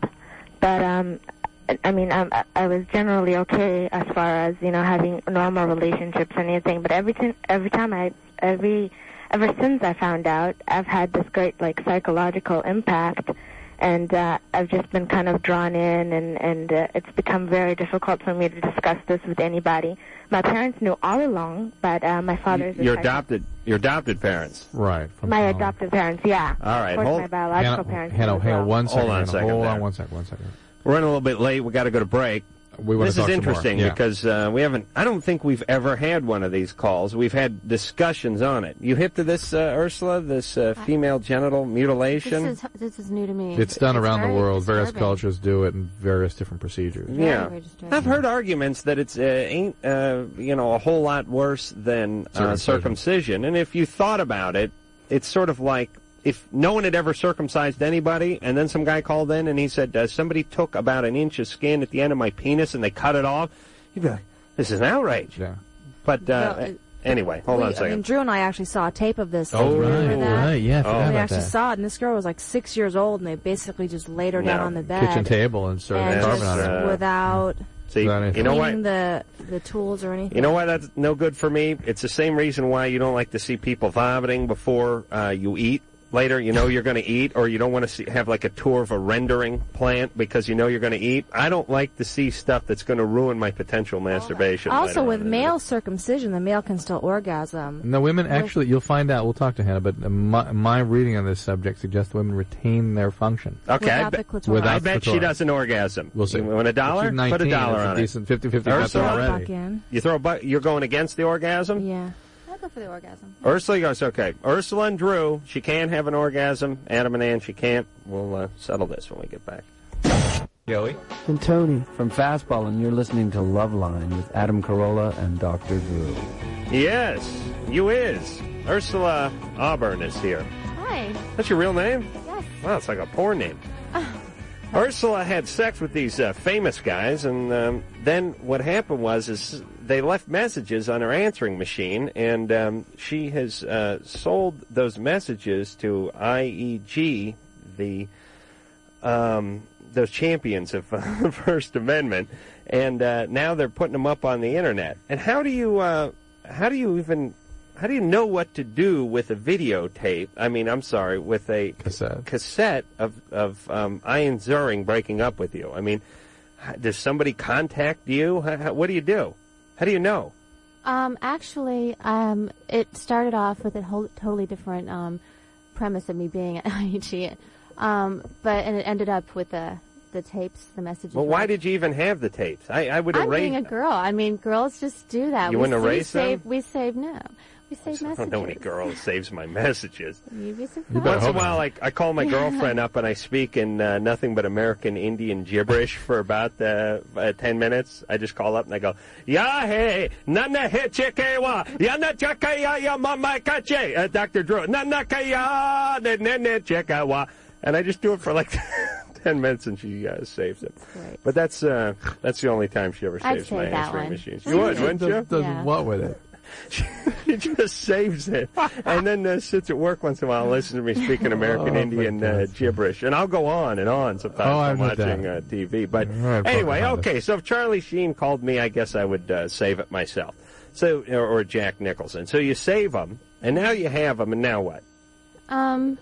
but um, I- I mean, um, I, I was generally okay as far as you know having normal relationships and anything. But every time, every time I, every, ever since I found out, I've had this great like psychological impact and uh, I've just been kind of drawn in, and and uh, it's become very difficult for me to discuss this with anybody. My parents knew all along, but uh, my father's Your adopted, your adopted parents. Right. my adoptive parents, yeah. All right, of course, hold- my biological Hannah- parents. Hannah, knew as hang well. on one second. Hold on a Hannah. second Hold on there. one second. One second. We're running a little bit late. We got to go to break. We wanna this talk is some more. interesting Yeah. because uh, we haven't. I don't think we've ever had one of these calls. We've had discussions on it. You hip to this, uh, Ursula? This uh, female genital mutilation? This is this is new to me. It's done around the very world. Various disturbing. cultures do it in various different procedures. yeah, I've heard arguments that it's uh, ain't uh, you know a whole lot worse than uh, Circumcision. circumcision. And if you thought about it, it's sort of like if no one had ever circumcised anybody, and then some guy called in and he said uh, somebody took about an inch of skin at the end of my penis and they cut it off. You'd be like, this is an outrage. Yeah. But uh, Well, it- anyway, hold we, on a I mean, second. Drew and I actually saw a tape of this. Oh, Remember right, that? right, yeah, Oh. We I forgot about actually that. saw it, and this girl was like six years old, and they basically just laid her down No. on the bed. Kitchen table and started and carving just on it. without See, Uh, you know what? cleaning the, the tools or anything. You know why that's no good for me? It's the same reason why you don't like to see people vomiting before uh, you eat. Later, you know you're going to eat, or you don't want to see, have like a tour of a rendering plant because you know you're going to eat. I don't like to see stuff that's going to ruin my potential masturbation. later Also, on. with male circumcision, the male can still orgasm. No, women With- actually, you'll find out. We'll talk to Hannah, but my, my reading on this subject sooughests women retain their function. okay, I, bet- I bet she clitoris. doesn't orgasm. We'll see. You want a dollar? She's 19, Put a dollar it's a on decent it. 50-50 bet Ursula, already. You throw a buck. You're going against the orgasm. Yeah. I'll go for the orgasm. Ursula goes, okay. Ursula and Drew, she can have an orgasm. Adam and Ann, she can't. We'll uh, settle this when we get back. Joey? And Tony from Fastball, and you're listening to Loveline with Adam Carolla and Dr. Drew. Yes, you is. Ursula Auburn is here. Hi. That's your real name? Yes. Wow, it's like a porn name. Ursula had sex with these uh, famous guys, and um, then what happened was is they left messages on her answering machine, and um, she has uh, sold those messages to IEG, the um, those champions of uh, First Amendment, and uh, now they're putting them up on the internet. And how do you uh, how do you even how do you know what to do with a videotape? I mean, I'm sorry, with a cassette of of um, Ian Zuring breaking up with you. I mean, h- does somebody contact you? How, how, what do you do? How do you know? Um, actually, um, it started off with a whole, totally different um, premise of me being at IEG, um, but and it ended up with the the tapes, the messages. Well, why did you even have the tapes? I, I would I'm erase. being a girl. I mean, girls just do that. You we, wouldn't we erase them? save, We save no. We save I messages. don't know any girl who saves my messages. You'd be surprised. Once in a while, I, I call my girlfriend up and I speak in uh, nothing but American Indian gibberish for about uh, uh, 10 minutes. I just call up and I go, "Yeah, hey, nana he chekewa, yana chakaya ya mama kache, uh, Dr. Drew, nana kaya, ne ne ne chekewa. And I just do it for like 10 minutes and she uh, saves it. But that's uh, that's the only time she ever I'd saves save my that answering one. machine. You would, wouldn't you? Does- does Yeah. what with it? She just saves it and then uh, sits at work once in a while and listens to me speaking American Oh, Indian uh, gibberish. And I'll go on and on sometimes Oh, I I'm know watching uh, that. TV. But right, anyway, Pocahontas. okay, so if Charlie Sheen called me, I guess I would uh, save it myself. So or, or Jack Nicholson. So you save them, and now you have them, and now what? Um,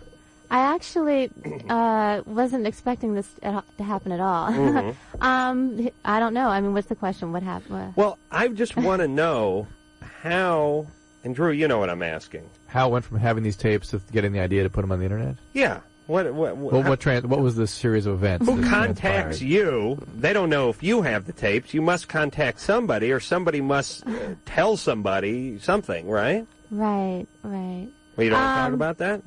I actually uh, wasn't expecting this at all- to happen at all. Mhm. um, I don't know. I mean, what's the question? What happened? Well, I just want to know how, and Drew, you know what I'm asking. How it went from having these tapes to getting the idea to put them on the internet? Yeah. What, what, what, Well, what trans- What was the series of events? Who that contacts transpired? you? They don't know if you have the tapes. You must contact somebody, or somebody must uh, tell somebody something, right? Right, right. Well, you don't want to talk Um, about that.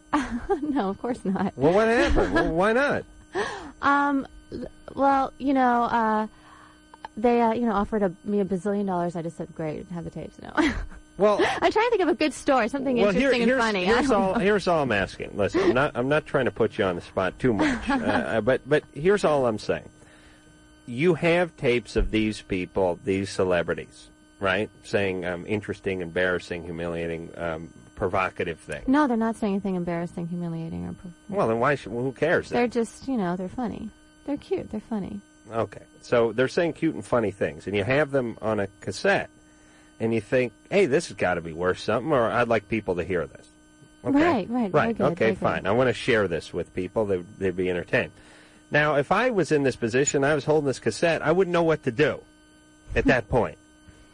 no, of course not. Well, what happened? well, why not? Um, l- well, you know, uh, they uh, you know offered a, me a bazillion dollars. I just said, great, have the tapes. No. Well, I'm trying to think of a good story, something well, here- interesting and funny. I here's, Here's don't all, know. here's all I'm asking. Listen, I'm not, I'm not trying to put you on the spot too much, uh, but but here's all I'm saying. You have tapes of these people, these celebrities, right? Saying um, interesting, embarrassing, humiliating, um, provocative things. No, they're not saying anything embarrassing, humiliating, or. pro- Well, then why? Should, well, who cares? They're Then? just, you know, they're funny. They're cute. They're funny. Okay, so they're saying cute and funny things, and you have them on a cassette, and you think, hey, this has got to be worth something, or I'd like people to hear this. Right, right, very Right. good, okay, very good. fine. Uh, I want to share this with people. They, they'd be entertained. Now, if I was in this position, I was holding this cassette, I wouldn't know what to do at that point.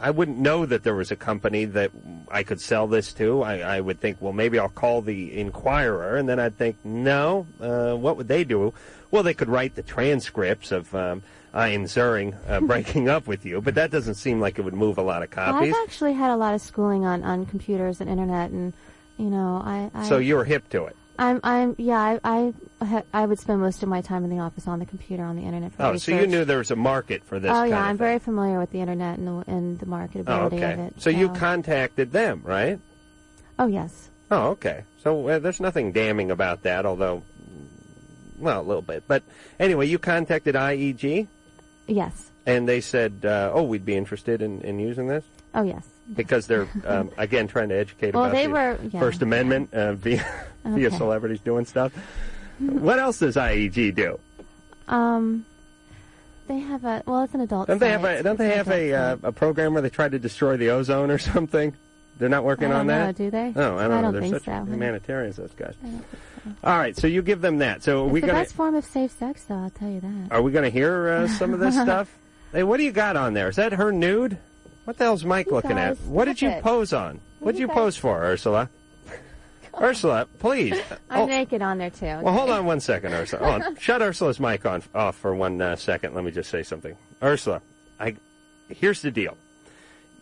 I wouldn't know that there was a company that I could sell this to. I, I would think, well, maybe I'll call the Inquirer, and then I'd think, no, uh, what would they do? Well, they could write the transcripts of um, Ian Zuring uh, breaking up with you, but that doesn't seem like it would move a lot of Well, copies. I've actually had a lot of schooling on, on computers and internet, and you know, I. I So you were hip to it. I'm. I'm. Yeah. I. I. ha- I would spend most of my time in the office on the computer, on the internet. For Oh, research. so you knew there was a market for this oh kind yeah, of I'm very familiar with the internet and the, and the Oh, marketability okay. of it. so you contacted them, right? Oh yes. Oh, okay. So uh, there's nothing damning about that, although, well, a little bit. But anyway, you contacted IEG, Yes. and they said, uh, "Oh, we'd be interested in, in using this Oh yes. because they're um, again trying to educate Well, about they the were- yeah. First Amendment uh, via Okay. via Mm-hmm. celebrities doing stuff." what else does IEG do? Um, they have a. Well, it's an adult. Don't they have a site. Don't they It's an have adult a site. uh, a program where they try to destroy the ozone or something? They're not working I don't on know, that, do they? Oh, I don't, I know. don't They're think such so. humanitarians, those guys. All right, so you give them that. So are It's we the gonna best form of safe sex, though. I'll tell you that. are we gonna hear uh, some of this stuff? Hey, what do you got on there? Is that her nude? What the hell's Mike You looking guys, at? What did stop you it. pose on? What did you you guys- pose for, Ursula? Ursula, please. Oh. I'm naked on there too. Well, hold on one second, Ursula. Hold on. Shut Ursula's mic on off for one uh, second. Let me just say something, Ursula. I here's the deal.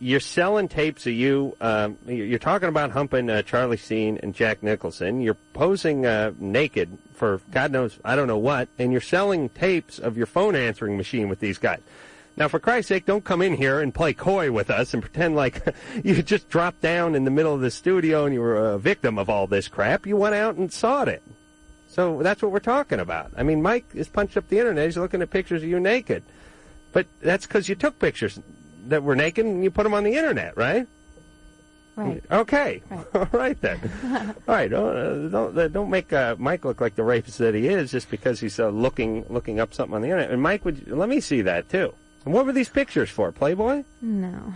You're selling tapes of you. Um, you- you're talking about humping uh, Charlie Sheen and Jack Nicholson. You're posing uh, naked for God knows I don't know what, and you're selling tapes of your phone answering machine with these guys. Now, for Christ's sake, don't come in here and play coy with us and pretend like you just dropped down in the middle of the studio and you were a victim of all this crap. You went out and sought it. So that's what we're talking about. I mean, Mike has punched up the internet. He's looking at pictures of you naked. But that's because you took pictures that were naked and you put them on the internet, right? Right. Okay. All right then. All right. Don't uh, don't, uh, don't make uh, Mike look like the rapist that he is just because he's uh, looking looking up something on the internet. And Mike would let me see that too. And what were these pictures for? Playboy? No.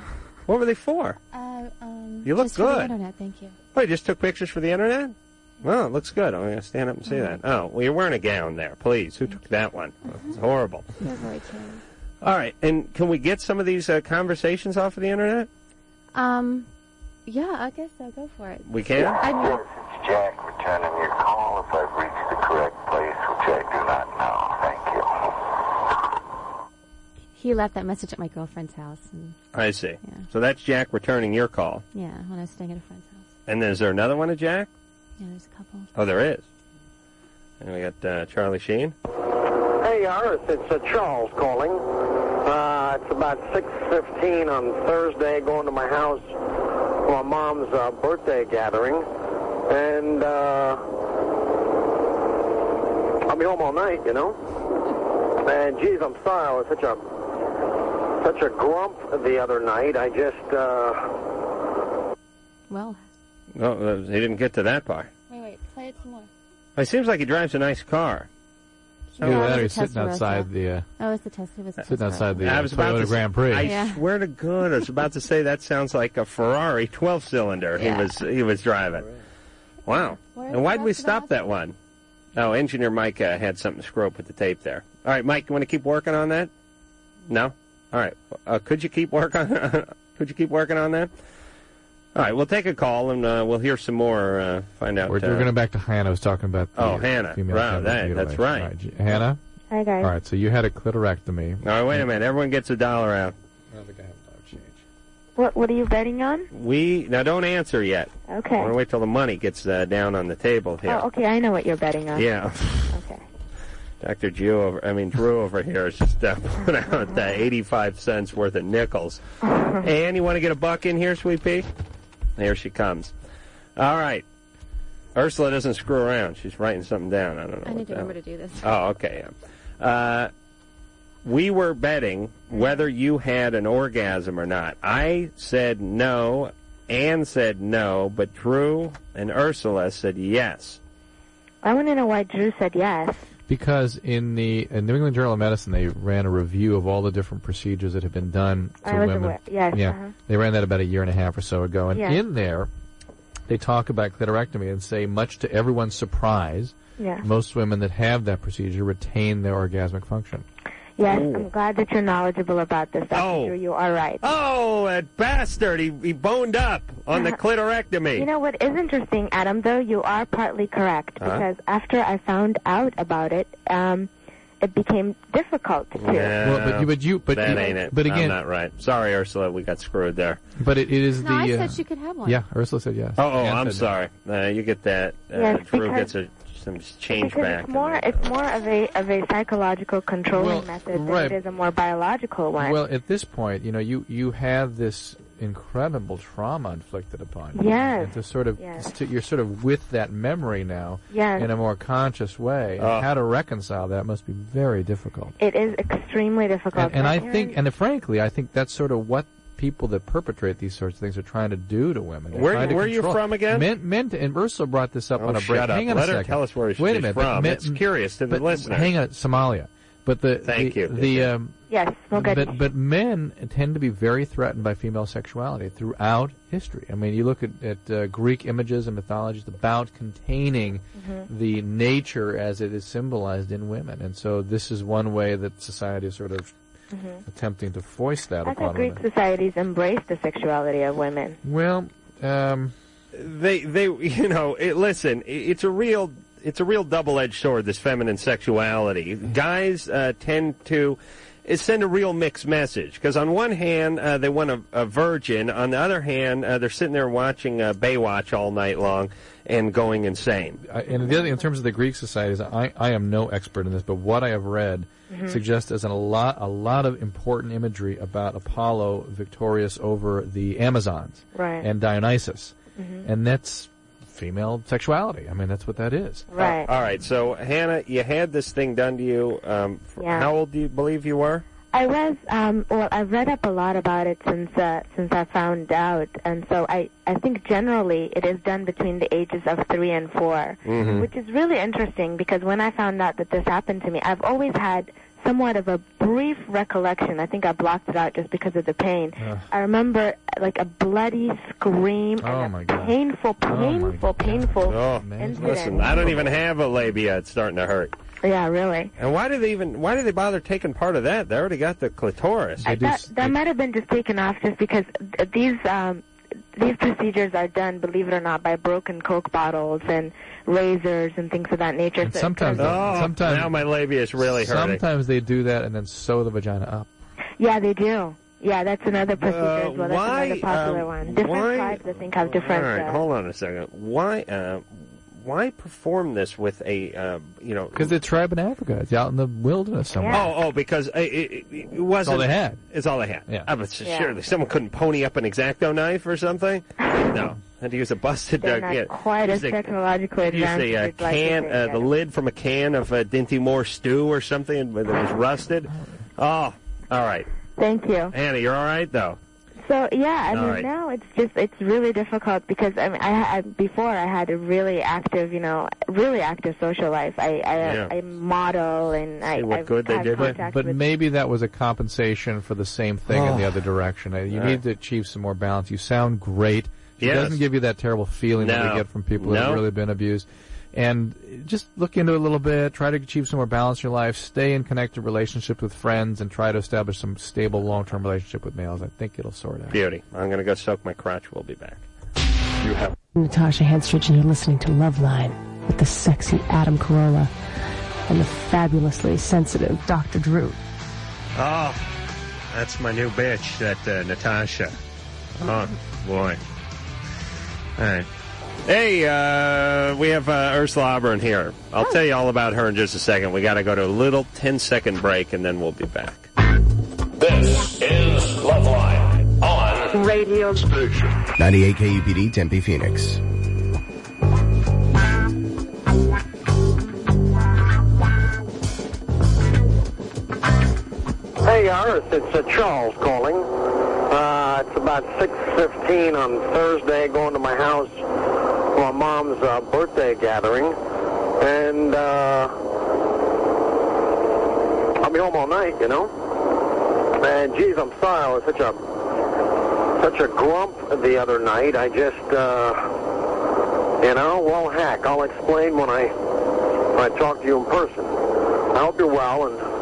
What were they for? Uh, um, You look just for the good. internet, thank you. Oh, you just took pictures for the internet? Well, it looks good. I'm going to stand up and see that. Oh, well, you're wearing a gown there. Please, who took that one? It's horrible. You're very kind. All right, and can we get some of these uh, conversations off of the internet? Um, yeah, I guess I'll go for it. We can? I'd, It's Jack returning your call if I've reached the correct place, which I do not know. Thank you. he left that message at my girlfriend's house, and I see. Yeah. So that's Jack returning your call. yeah, when I was staying at a friend's house. And then is there another one of Jack? Yeah, there's a couple. Oh, there is. And we got uh, Charlie Sheen. Hey, Iris, it's uh, Charles calling. Uh, it's about 6.15 on Thursday, going to my house for my mom's uh, birthday gathering. And uh, I'll be home all night, you know. And, geez, I'm sorry I was such a, such a grump the other night. I just, uh, Well, Oh, uh, he didn't get to that part. wait, wait, play it some more. It seems like he drives a nice car. Either that or he's sitting outside the, uh, Oh, it's the test. It was the Sitting test outside the drive. uh, I was about Toyota to, s- Grand Prix. I Yeah. swear to God, I was about to say that sounds like a Ferrari 12 cylinder Yeah. he was he was driving. Wow. Where is and why the did we rest of stop that one? Oh, engineer Mike uh, had something screw up with the tape there. All right, Mike, you want to keep working on that? No. All right. Uh, could you keep work on? could you keep working on that? All right, we'll take a call and uh, we'll hear some more. Uh, find out. We're, uh, we're going back to Hannah. I was talking about the Oh, Hannah. female Right, genital that- that's mutilation. right. All J- Hannah? Hi, guys. All right, so you had a clitorectomy. All right, wait a minute. Everyone gets a dollar out. What What are you betting on? We now don't answer yet. Okay. We're gonna wait till the money gets uh, down on the table here. Oh, okay. I know what you're betting on. Yeah. Okay. Dr. Drew over, I mean Drew over here is just uh, putting out uh, 85 cents worth of nickels. and you want to get a buck in here, sweet pea? Here she comes. All right. Ursula doesn't screw around. She's writing something down. I don't know. I what need to the hell. remember to do this. Oh, okay. yeah. Uh, we were betting whether you had an orgasm or not. I said no. Anne said no, but Drew and Ursula said yes. I want to know why Drew said yes. Because in the in New England Journal of Medicine, they ran a review of all the different procedures that have been done to I was women. aware. Yes, yeah, uh-huh. they ran that about a year and a half or so ago, and Yeah. in there, they talk about clitorectomy and say, much to everyone's surprise, Yeah. most women that have that procedure retain their orgasmic function. Yes, I'm glad that you're knowledgeable about this, Dr. Drew. You are right. Oh, that bastard! He, he boned up on the Uh-huh. clitorectomy. You know what is interesting, Adam, though? You are partly correct Huh? because after I found out about it, um, it became difficult to. Yeah, Well, but you- but you- but that you- ain't it. but again- I'm not right. Sorry, Ursula, we got screwed there. But it, it is No, the I uh, said she could have one. yeah. Ursula said yes. Oh, oh Anne I'm said sorry. Uh, you get that. Uh, Yes, Drew because- gets a, some change Because back. it's more, it's more of a of a psychological controlling method than right. it is a more biological one. Well, at this point, you know, you you have this incredible trauma inflicted upon you. Yes. And to sort of, Yes. to, you're sort of with that memory now. Yes. In a more conscious way. And Uh. Oh. how to reconcile that must be very difficult. it is extremely difficult. And, and My I parents- think, and frankly, I think that's sort of what people that perpetrate these sorts of things are trying to do to women. They're Where- trying to where you control- from again? Men, men, and Ursula brought this up Oh, on a break. shut up. Hang on Let a her second. tell us where Wait a she's minute. from. But, It's curious to the but listener. Hang on, Somalia. But the Thank the, you. The um, Yes, well, good. But but men tend to be very threatened by female sexuality throughout history. I mean, you look at, at uh, Greek images and mythologies about containing Mhm. the nature as it is symbolized in women, and so this is one way that society is sort of Mhm. attempting to foist that I upon thought Greek women. societies embraced the sexuality of women. Well, um, they they you know it, listen. i it's a real it's a real double edged sword. This feminine sexuality. Guys uh, tend to. uh, send a real mixed message because on one hand uh, they want a, a virgin, on the other hand uh, they're sitting there watching uh, Baywatch all night long and going insane. I, and the other, in terms of the Greek societies, I, I am no expert in this, but what I have read Mhm. suggests there's a lot a lot of important imagery about Apollo victorious over the Amazons Right. and Dionysus, Mhm. and that's female sexuality. I mean, that's what that is. Right. all right. So Hannah, you had this thing done to you. Um, for, Yeah. How old do you believe you were? I was um, well. I've read up a lot about it since uh, since I found out, and so I I think generally it is done between the ages of three and 4 Mm-hmm. Mm-hmm. Mhm. which is really interesting because when I found out that this happened to me, I've always had somewhat of a brief recollection. I think I blocked it out just because of the pain. Ugh. I remember like a bloody scream Oh, and my a God. painful, Oh. painful, painful Oh, incident. listen, I don't even have a labia. It's starting to hurt. Yeah, really. And why do they even? Why do they bother taking part of that? They already got the clitoris. I, that, that might have been just taken off just because th- these um, these procedures are done, believe it or not, by broken Coke bottles and razors and things of that nature. And So it sometimes, comes- sometimes Oh, now my labia is really hurting. Sometimes they do that and then sew the vagina up. yeah, they do. Yeah, that's another procedure Uh, as well. That's why, another popular um, one. Different why- tribes, I think, have different. All right, uh, hold on a second. Why? Uh, why perform this with a? Uh, you know. Because the tribe in Africa, it's out in the wilderness somewhere. Oh, oh, because it, it, it wasn't. all they had. It's all they had. Yeah. I was Yeah. surely someone couldn't pony up an exacto knife or something. No, had to use a busted. they're uh, not yeah, quite use as a- technologically use advanced the uh, as you'd like to can, think, uh, the Adam. lid from a can of uh, Dinty Moore stew or something that was rusted. Oh, all right. Thank you. Anna, you're all right though. So yeah, I All mean right. now it's just it's really difficult because I mean I, I before I had a really active you know really active social life. I I, Yeah. I model and I what I've good had But, contact but with maybe that was a compensation for the same thing in the Oh. other direction. Uh, You All need right. to achieve some more balance. You sound great. It Yes. doesn't give you that terrible feeling that No. we get from people that have No. really been abused. And just look into it a little bit. Try to achieve some more balance in your life. Stay in connected relationships with friends, and try to establish some stable, long-term relationship with males. I think it'll sort out. Beauty. I'm gonna go soak my crotch. We'll be back. You have. Natasha Henstridge, and you're listening to Loveline with the sexy Adam Carolla and the fabulously sensitive Dr. Drew. Oh, that's my new bitch, that uh, Natasha. Oh boy. All right. Hey, uh, we have uh, Ursula Auburn here. Oh. I'll tell you all about her in just a second. We got to go to a little 10 second break and then we'll be back. This is Loveline on radio station. 98 KUPD Tempe Phoenix. Hey, Iris, it's uh, Charles calling. Uh, it's about 6.15 on Thursday, going to my house for my mom's uh, birthday gathering. And uh, I'll be home all night, you know? And, geez, I'm sorry I was such a, such a grump the other night. I just, uh, you know, well, heck, I'll explain when I, when I talk to you in person. I hope you're well, and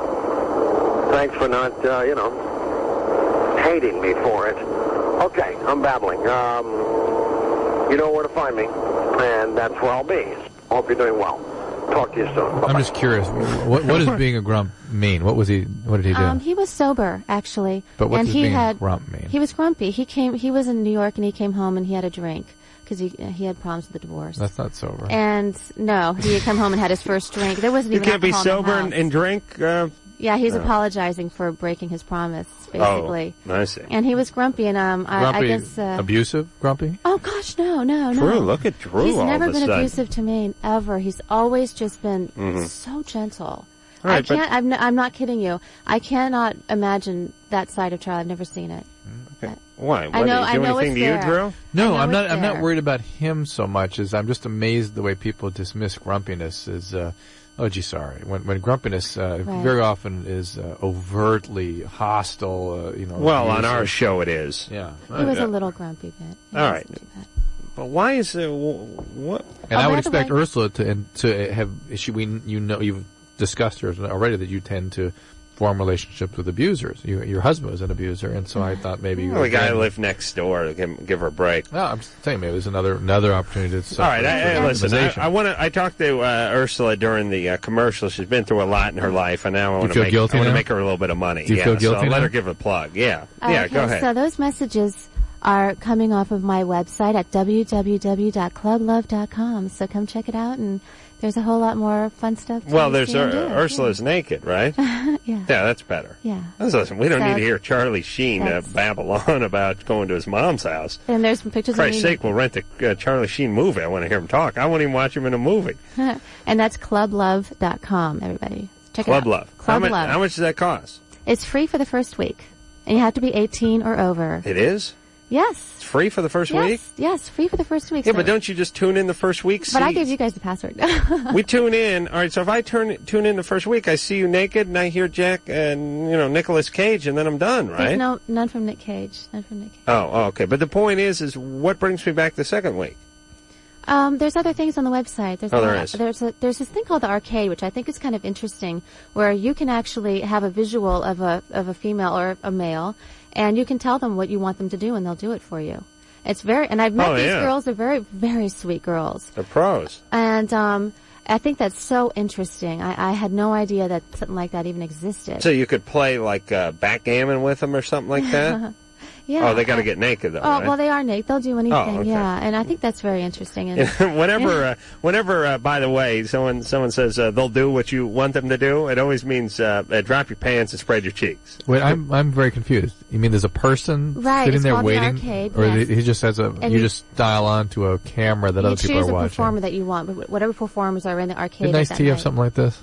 Thanks for not, uh, you know, hating me for it. Okay, I'm babbling. Um, you know where to find me, and that's where I'll be. Hope you're doing well. Talk to you soon. I'm just curious. What, what does being a grump mean? What was he? What did he do? Um, he was sober actually, But what and does he being a had grump mean? he was grumpy. He came. He was in New York and he came home and he had a drink because he he had problems with the divorce. That's not sober. And no, he had come home and had his first drink. There wasn't You even can't be alcohol in the sober and, house. and drink. Uh, Yeah, he's Oh. apologizing for breaking his promise, basically. Oh, I see. And he was grumpy, and um, I, I grumpy, guess. Uh, abusive, grumpy. Oh gosh, no, no, no. Drew, look at Drew He's all never of a been sudden. abusive to me ever. He's always just been Mhm. so gentle. Mm-hmm. All right, I but- can't. I'm, n- I'm not kidding you. I cannot imagine that side of Charlie. I've never seen it. Why? Uh, I know- I know it's there. I No, know I'm not. it's I'm there. not worried about him so much as I'm just amazed the way people dismiss grumpiness as, uh, oh gee, sorry. When when grumpiness uh, Right. very often is uh, overtly hostile. Uh, you know. Well, on abusive. our show it is. Uh, Yeah. He was a little grumpy bit. All right. But why is it? What? Oh, And I would expect Ursula to and to have she we you know you've discussed her already that you tend to form relationships with abusers. You, your husband was an abuser, and so I thought maybe you Well, the guy again- lived next door. Give, give her a break. No, I'm just saying maybe there's another another opportunity to. suffer All right, I, I, from listen. I, victimization. I want to. I talked to uh, Ursula during the uh, commercial. She's been through a lot in her life, and now I want to feel make. guilty I want to now? make her a little bit of money. Do you yeah, feel guilty So let now? her give a plug. Yeah, Oh, Okay, yeah. Go ahead. So those messages are coming off of my website at www.clublove.com. So come check it out, and there's a whole lot more fun stuff. To well, there's see Ur- and do. Ursula's naked, right? yeah. that's better. Yeah. That's awesome. We don't So- need to hear Charlie Sheen uh, That's- babble on about going to his mom's house. And there's some pictures For Christ's of me. sake, we'll rent the uh, Charlie Sheen movie. I want to hear him talk. I won't even watch him in a movie. and that's clublove.com, everybody. Check Club it out. Love. how, Club mu- Love. how much does that cost? It's free for the first week. And you have to be 18 or over. It is? Yes. It's free for the first yes. week? Yes, free for the first week. Yeah, So- but don't you just tune in the first week? But I see- gave you guys the password. we tune in. All right, so if I turn tune in the first week, I see you naked and I hear Jack and, you know, Nicolas Cage and then I'm done, There's right? no, none from Nick Cage. None from Nick Cage. Oh, oh, okay. But the point is, is what brings me back the second week? Um, there's other things on the website. There's Oh, a there lot- is. There's, a, there's this thing called the arcade, which I think is kind of interesting, where you can actually have a visual of a of a female or a male, and you can tell them what you want them to do, and they'll do it for you. It's very, and I've met Oh, these yeah. girls. They're very, very sweet girls. The pros. And um, I think that's so interesting. I, I had no idea that something like that even existed. So you could play like uh, backgammon with them or something like that? yeah. Oh, they got to get naked though. Oh right? Oh, well, they are Nick. They'll do anything. okay. Yeah, and I think that's very interesting. And whenever, uh, whenever, uh, by the way, someone someone says uh, they'll do what you want them to do, it always means uh, uh, drop your pants and spread your cheeks. Wait, I'm I'm very confused. You mean there's a person Right, sitting it's there called an waiting, arcade, or yes. they- he just has a And you- you just dial on to a camera that you other people choose are a watching. performer that you want, but whatever performers are in the arcade. Didn't at Ice that T have night. something like this?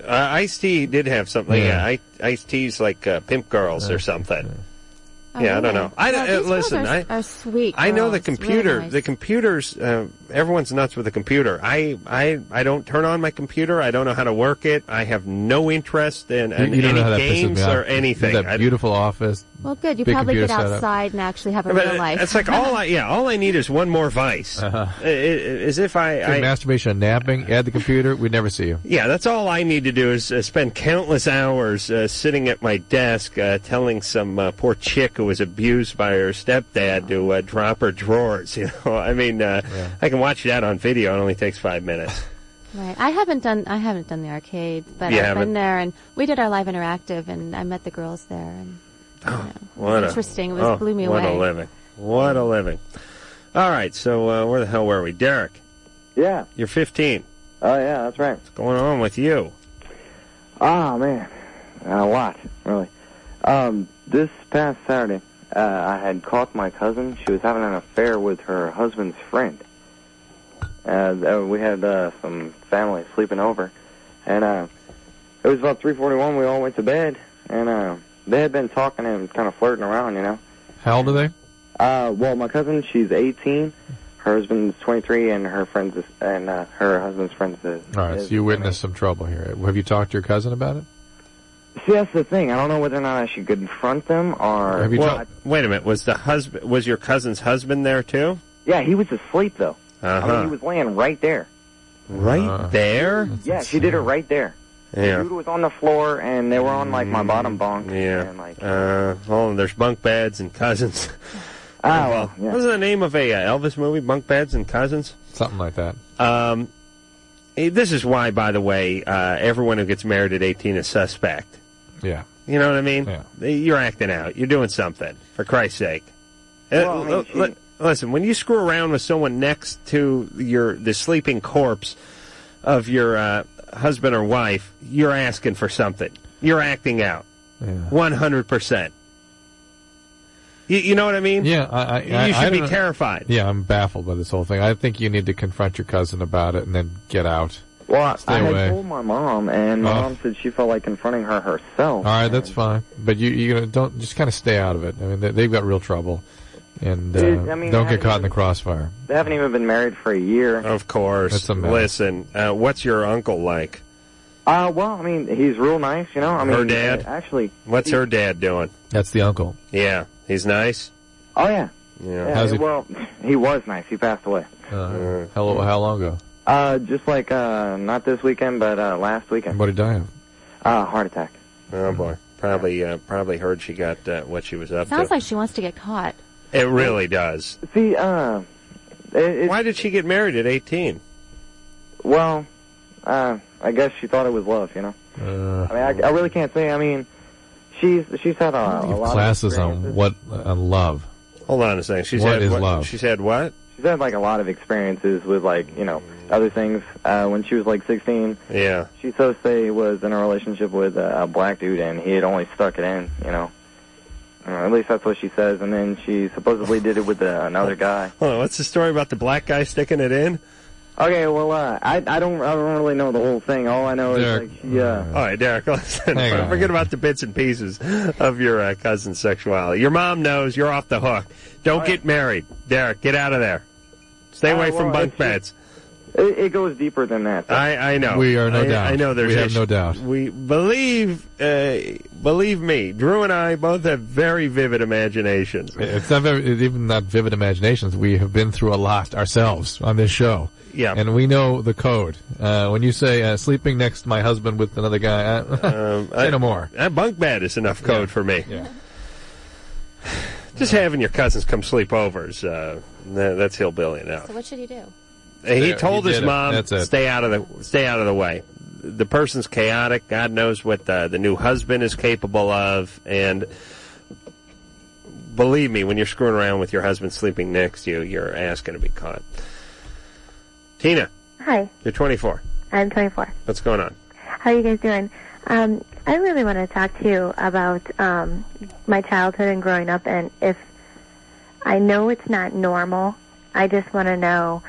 Uh, Ice T did have something. Yeah. Yeah, I Ice T's like uh, pimp girls or something. Oh, Yeah, I really? don't know. I No, don't- these uh, girls listen. are, I are sweet. I know the girls, really computer. nice. The computers. Uh, everyone's nuts with the computer. I, I, I don't turn on my computer. I don't know how to work it. I have no interest in, You- in you don't any know how that pisses games me off. or anything. That beautiful office. Well, good. You big probably get computer setup. outside and actually have a But real life. It's like all I yeah, all I need is one more vice. I- I- As if I, Between I masturbation and napping, add the computer, we'd never see you. yeah, that's all I need to do is uh, spend countless hours uh, sitting at my desk uh, telling some uh, poor chick who was abused by her stepdad to uh, drop her drawers. You know, I mean, uh, I can watch that on video. It only takes five minutes. Right. I haven't done. I haven't done the arcade, but You I've haven't? been there, and we did our live interactive, and I met the girls there, and What a- interesting. It was- oh, blew me what away. a living! What a living! All right, so uh, where the hell were we, Derek? Yeah. You're 15. Oh yeah, that's right. What's going on with you? Oh, Ah man, a lot really. Um, this past Saturday, uh, I had caught my cousin. She was having an affair with her husband's friend. Uh, th- we had uh, some family sleeping over, and uh, it was about 3:41. We all went to bed, and uh, they had been talking and kind of flirting around, you know. How old are they? Uh, well, my cousin, she's 18. Her husband's 23, and her friends is, and uh, her husband's friends uh, is. All right, so is- you witnessed some trouble here. Have you talked to your cousin about it? See, that's the thing. I don't know whether or not I should confront them or. well, wait a minute. Was the husband? Was your cousin's husband there too? Yeah, he was asleep though. Uh I mean, he huh. was laying right there. Right there. Yeah, she did it right there. Yeah. Dude was on the floor, and they were on like my bottom bunk. Yeah. Uh, well, there's bunk beds and cousins. Oh, Ah, well, yeah. What was the name of a uh, Elvis movie? Bunk beds and cousins. Something like that. Um, eh, this is why, by the way, uh, everyone who gets married at 18 is suspect. Yeah. You know what I mean? They- You're acting out. You're doing something. For Christ's sake. Uh, Well, I mean, l- she- l- listen, when you screw around with someone next to your the sleeping corpse of your uh, husband or wife, you're asking for something. You're acting out. One hundred percent. You, you know what I mean? Yeah, I, I, I- you should I be don't- terrified. Yeah, I'm baffled by this whole thing. I think you need to confront your cousin about it and then get out. Well, I- Stay I had away. told my mom, and my Oh. Uh. mom said she felt like confronting her All herself. right, that's fine. But you you don't just kind of stay out of it. I mean, they, they've got real trouble, and uh, Dude, I mean, don't I get haven't caught in the crossfire. They haven't even been married for a year. Of course. That's a mess. Listen, uh, what's your uncle like? Uh, well, I mean, he's real nice, you know. I mean, Her dad? uh, actually. What's her dad doing? That's the uncle. Yeah, he's nice. Oh yeah. Yeah. Yeah, well, he was nice. He passed away. Uh, how, how long ago? Uh, just like uh, not this weekend, but uh, last weekend. What did he die of? Uh, heart attack. Oh boy, probably uh, probably heard she got uh, what she was up Sounds to. like she wants to get caught. it really does. See, uh, why did she get married at eighteen? Well, uh, I guess she thought it was love, you know. Uh, I mean, I, I really can't say. I mean, she's she's had a, a lot. Classes of on what on love. Hold on a second. She's What had is what- love? She's had what? She's had like a lot of experiences with like you know other things. Uh, when she was like 16, Yeah. she so say was in a relationship with a, a black dude, and he had only stuck it in, you know. Uh, at least that's what she says. And then she supposedly did it with uh, another guy. Hold on. What's the story about the black guy sticking it in? Okay, well, uh, I I don't I don't really know the whole thing. All I know Derek. is like she. Uh, All right, Derek. Listen, Hang on. forget about the bits and pieces of your uh, cousin's sexuality. Your mom knows. You're off the hook. Don't get married, Derek. Get out of there. Stay Uh, away from well, bunk it's just- beds. It, it goes deeper than that. I, I know. I, I know there's issues. We believe, uh, believe me, Drew and I both have very vivid imaginations. It's not very, it's even not vivid imaginations. We have been through a lot ourselves on this show. Yeah. And we know the code. Uh, when you say, uh, sleeping next to my husband with another guy, uh, Um, say no more. That bunk bed is enough code for me. Just having your cousins come sleep over is, uh, tha- that's hillbilly now. So what should he do? he There, told he his did it. mom, That's it. "Stay out of the stay out of the way." The person's chaotic. God knows what the, the new husband is capable of, and believe me, when you're screwing around with your husband sleeping next to you, your ass going to be caught. Tina, Hi, you're 24. I'm 24. What's going on? How are you guys doing? Um, I really want to talk to you about um, my childhood and growing up, and if I know it's not normal, I just want to know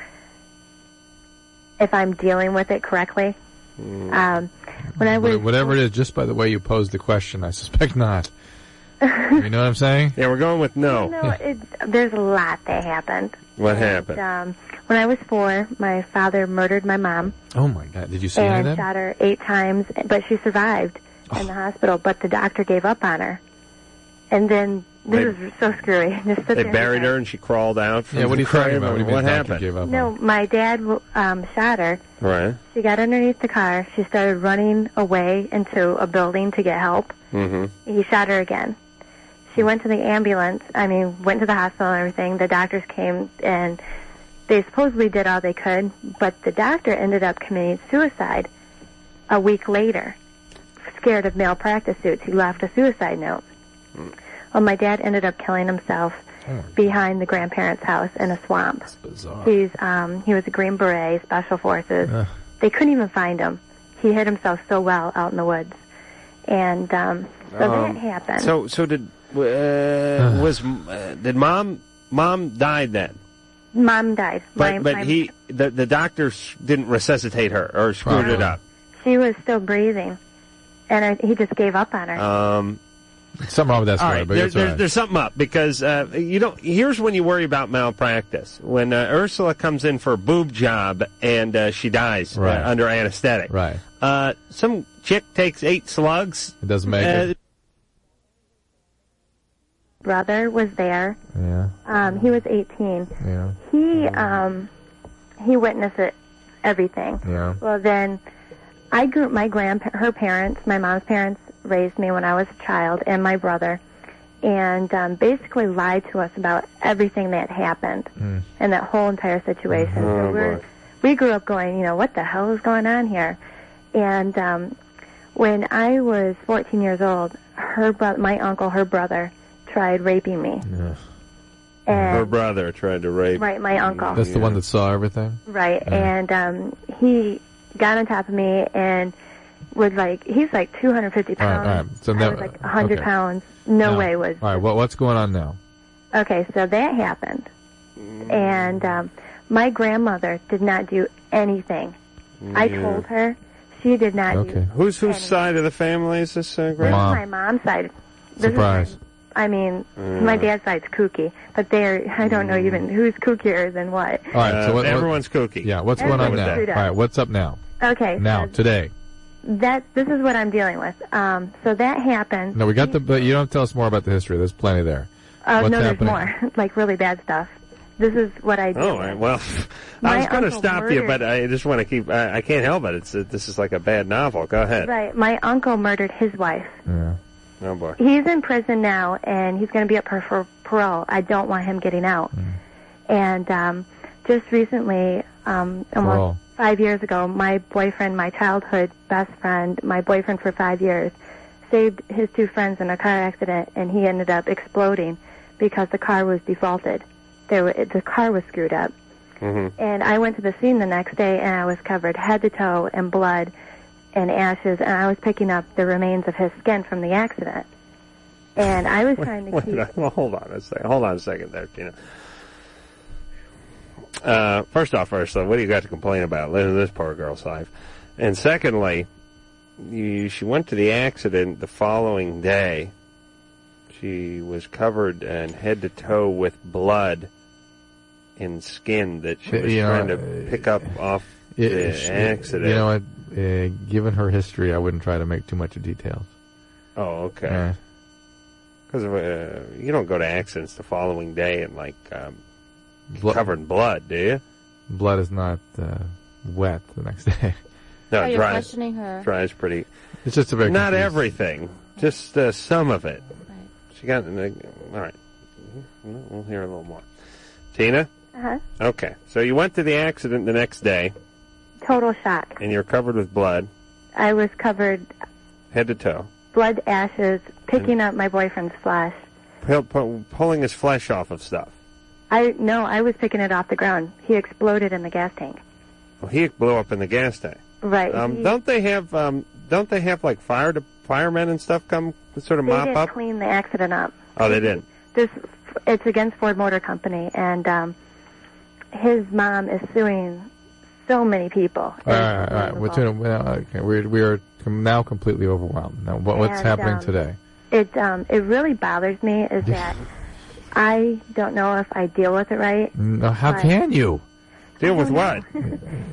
if I'm dealing with it correctly. Mm. Um, when I was Wha- Whatever Mm. it is, just by the way you posed the question, I suspect not. you know what I'm saying? Yeah, we're going with oh. no. No, it, there's a lot that happened. What But, happened? um, when I was four, my father murdered my mom Oh my God! Did you see her and then? Oh. shot her eight times, but she survived in the hospital. But the doctor gave up on her. And then this They- is so screwy. Just sit They there. buried her and she crawled out. From Yeah, what are the you talking grave. about? What do you mean doctor happened? gave up No, my dad um, shot her. Right. She got underneath the car. She started running away into a building to get help. Mm-hmm. He shot her again. She went to the ambulance. I mean, went to the hospital and everything. The doctors came and they supposedly did all they could, but the doctor ended up committing suicide a week later. Scared of malpractice suits, he left a suicide note. Hmm. Well, my dad ended up killing himself Oh. behind the grandparents' house in a swamp. bizarre. He's um, he was a Green Beret, Special Forces. They couldn't even find him. He hid himself so well out in the woods, and um, so Um, that happened. So, so did Uh, was uh, did mom? Mom died then, Mom died. but my, but my, he the the doctor s- didn't resuscitate her or screwed it up. she was still breathing, and I, he just gave up on her. Um, something wrong with that all story, right, but there- it's all there's- right. there's something up because uh, you don't. Here's when you worry about malpractice when uh, Ursula comes in for a boob job and uh, she dies uh, Right. under anesthetic. Right. Uh, some chick takes eight slugs. Uh, It doesn't make it. Brother was there. Yeah. Um, he was 18. Yeah. He um, he witnessed it, everything. Yeah. Well, then, I grew my grand her parents, my mom's parents raised me when I was a child, and my brother, and um, basically lied to us about everything that happened Mm. and that whole entire situation. Oh, Oh, so we're, we grew up going, you know, what the hell is going on here? And um, when I was 14 years old, her bro- my uncle, her brother, tried raping me. And Her brother tried to rape. Right, my uncle. That's the one that saw everything. Right, and um, he got on top of me and would like he's like 250 All right, pounds, all right. So now, like 100 pounds. No Now- way was All right, what, what's going on now? okay. So that happened, and Mm. um, my grandmother did not do anything. I Yeah. told her she did not do. Who's whose side of the family is this? Uh, This is grandma? my mom's side. This is- Surprise. I mean, Mm. my dad's side's kooky, but they're I don't know even who's kookier than what. All right, so Uh, what, everyone's kooky. Yeah, what's going on Everyone's now? All screwed up. right, what's up now? Okay, Now, today. that this is what I'm dealing with. Um, so that happened. No, we got the. But you don't tell us more about the history. There's plenty there. Uh, What's no, there's happening? more, like really bad stuff. This is what I do. Oh I- well, My I was going to uncle stop you, murdered- but I just want to keep. I, I can't help it. It's uh this is like a bad novel. Go ahead. Right, my uncle murdered his wife. Oh boy. He's in prison now, and he's going to be up for, for parole. I don't want him getting out. Mm. And um, just recently, um, almost Parole. five years ago, my boyfriend, my childhood best friend, my boyfriend for five years, saved his two friends in a car accident, and he ended up exploding because the car was defaulted. There, were, the car was screwed up. Mm-hmm. And I went to the scene the next day, and I was covered head to toe in blood and ashes, and I was picking up the remains of his skin from the accident. And I was trying to Wait, keep. well, hold on a second. Hold on a second there, Tina. Uh, first off, first, what do you got to complain about? Living this poor girl's life. And secondly, you, she went to the accident the following day. She was covered and head to toe with blood and skin that she Uh, was you know, trying to pick up off Yeah, the sh- accident. You know what? Uh, given her history, I wouldn't try to make too much of details. Oh, okay. Yeah. Because uh, you don't go to accidents the following day and like um, covered in blood, do you? Blood is not uh, wet the next day. No, Oh, it you're dries. questioning her. Dries pretty. It's just a very not confused- everything, just uh, some of it. She got an, all right. We'll we'll hear a little more. Tina. Uh-huh. Okay, so you went to the accident the next day, Total shock. and you're covered with blood, I was covered head to toe, blood, ashes, picking up my boyfriend's flesh. pull, pull, pulling his flesh off of stuff. I no, I was picking it off the ground. He exploded in the gas tank. Well, he blew up in the gas tank. Right. Um, he- don't they have um, don't they have like fire to, firemen and stuff come to sort they of mop didn't up? clean the accident up. Oh, they didn't. This it's against Ford Motor Company, and um, his mom is suing so many people. All right, all right, all right. We're, doing- well, okay, we're, we are com- now completely overwhelmed. Now, what, what's And, happening um, today? it um it really bothers me is that I don't know if I deal with it right No, how but- can you? Deal with what?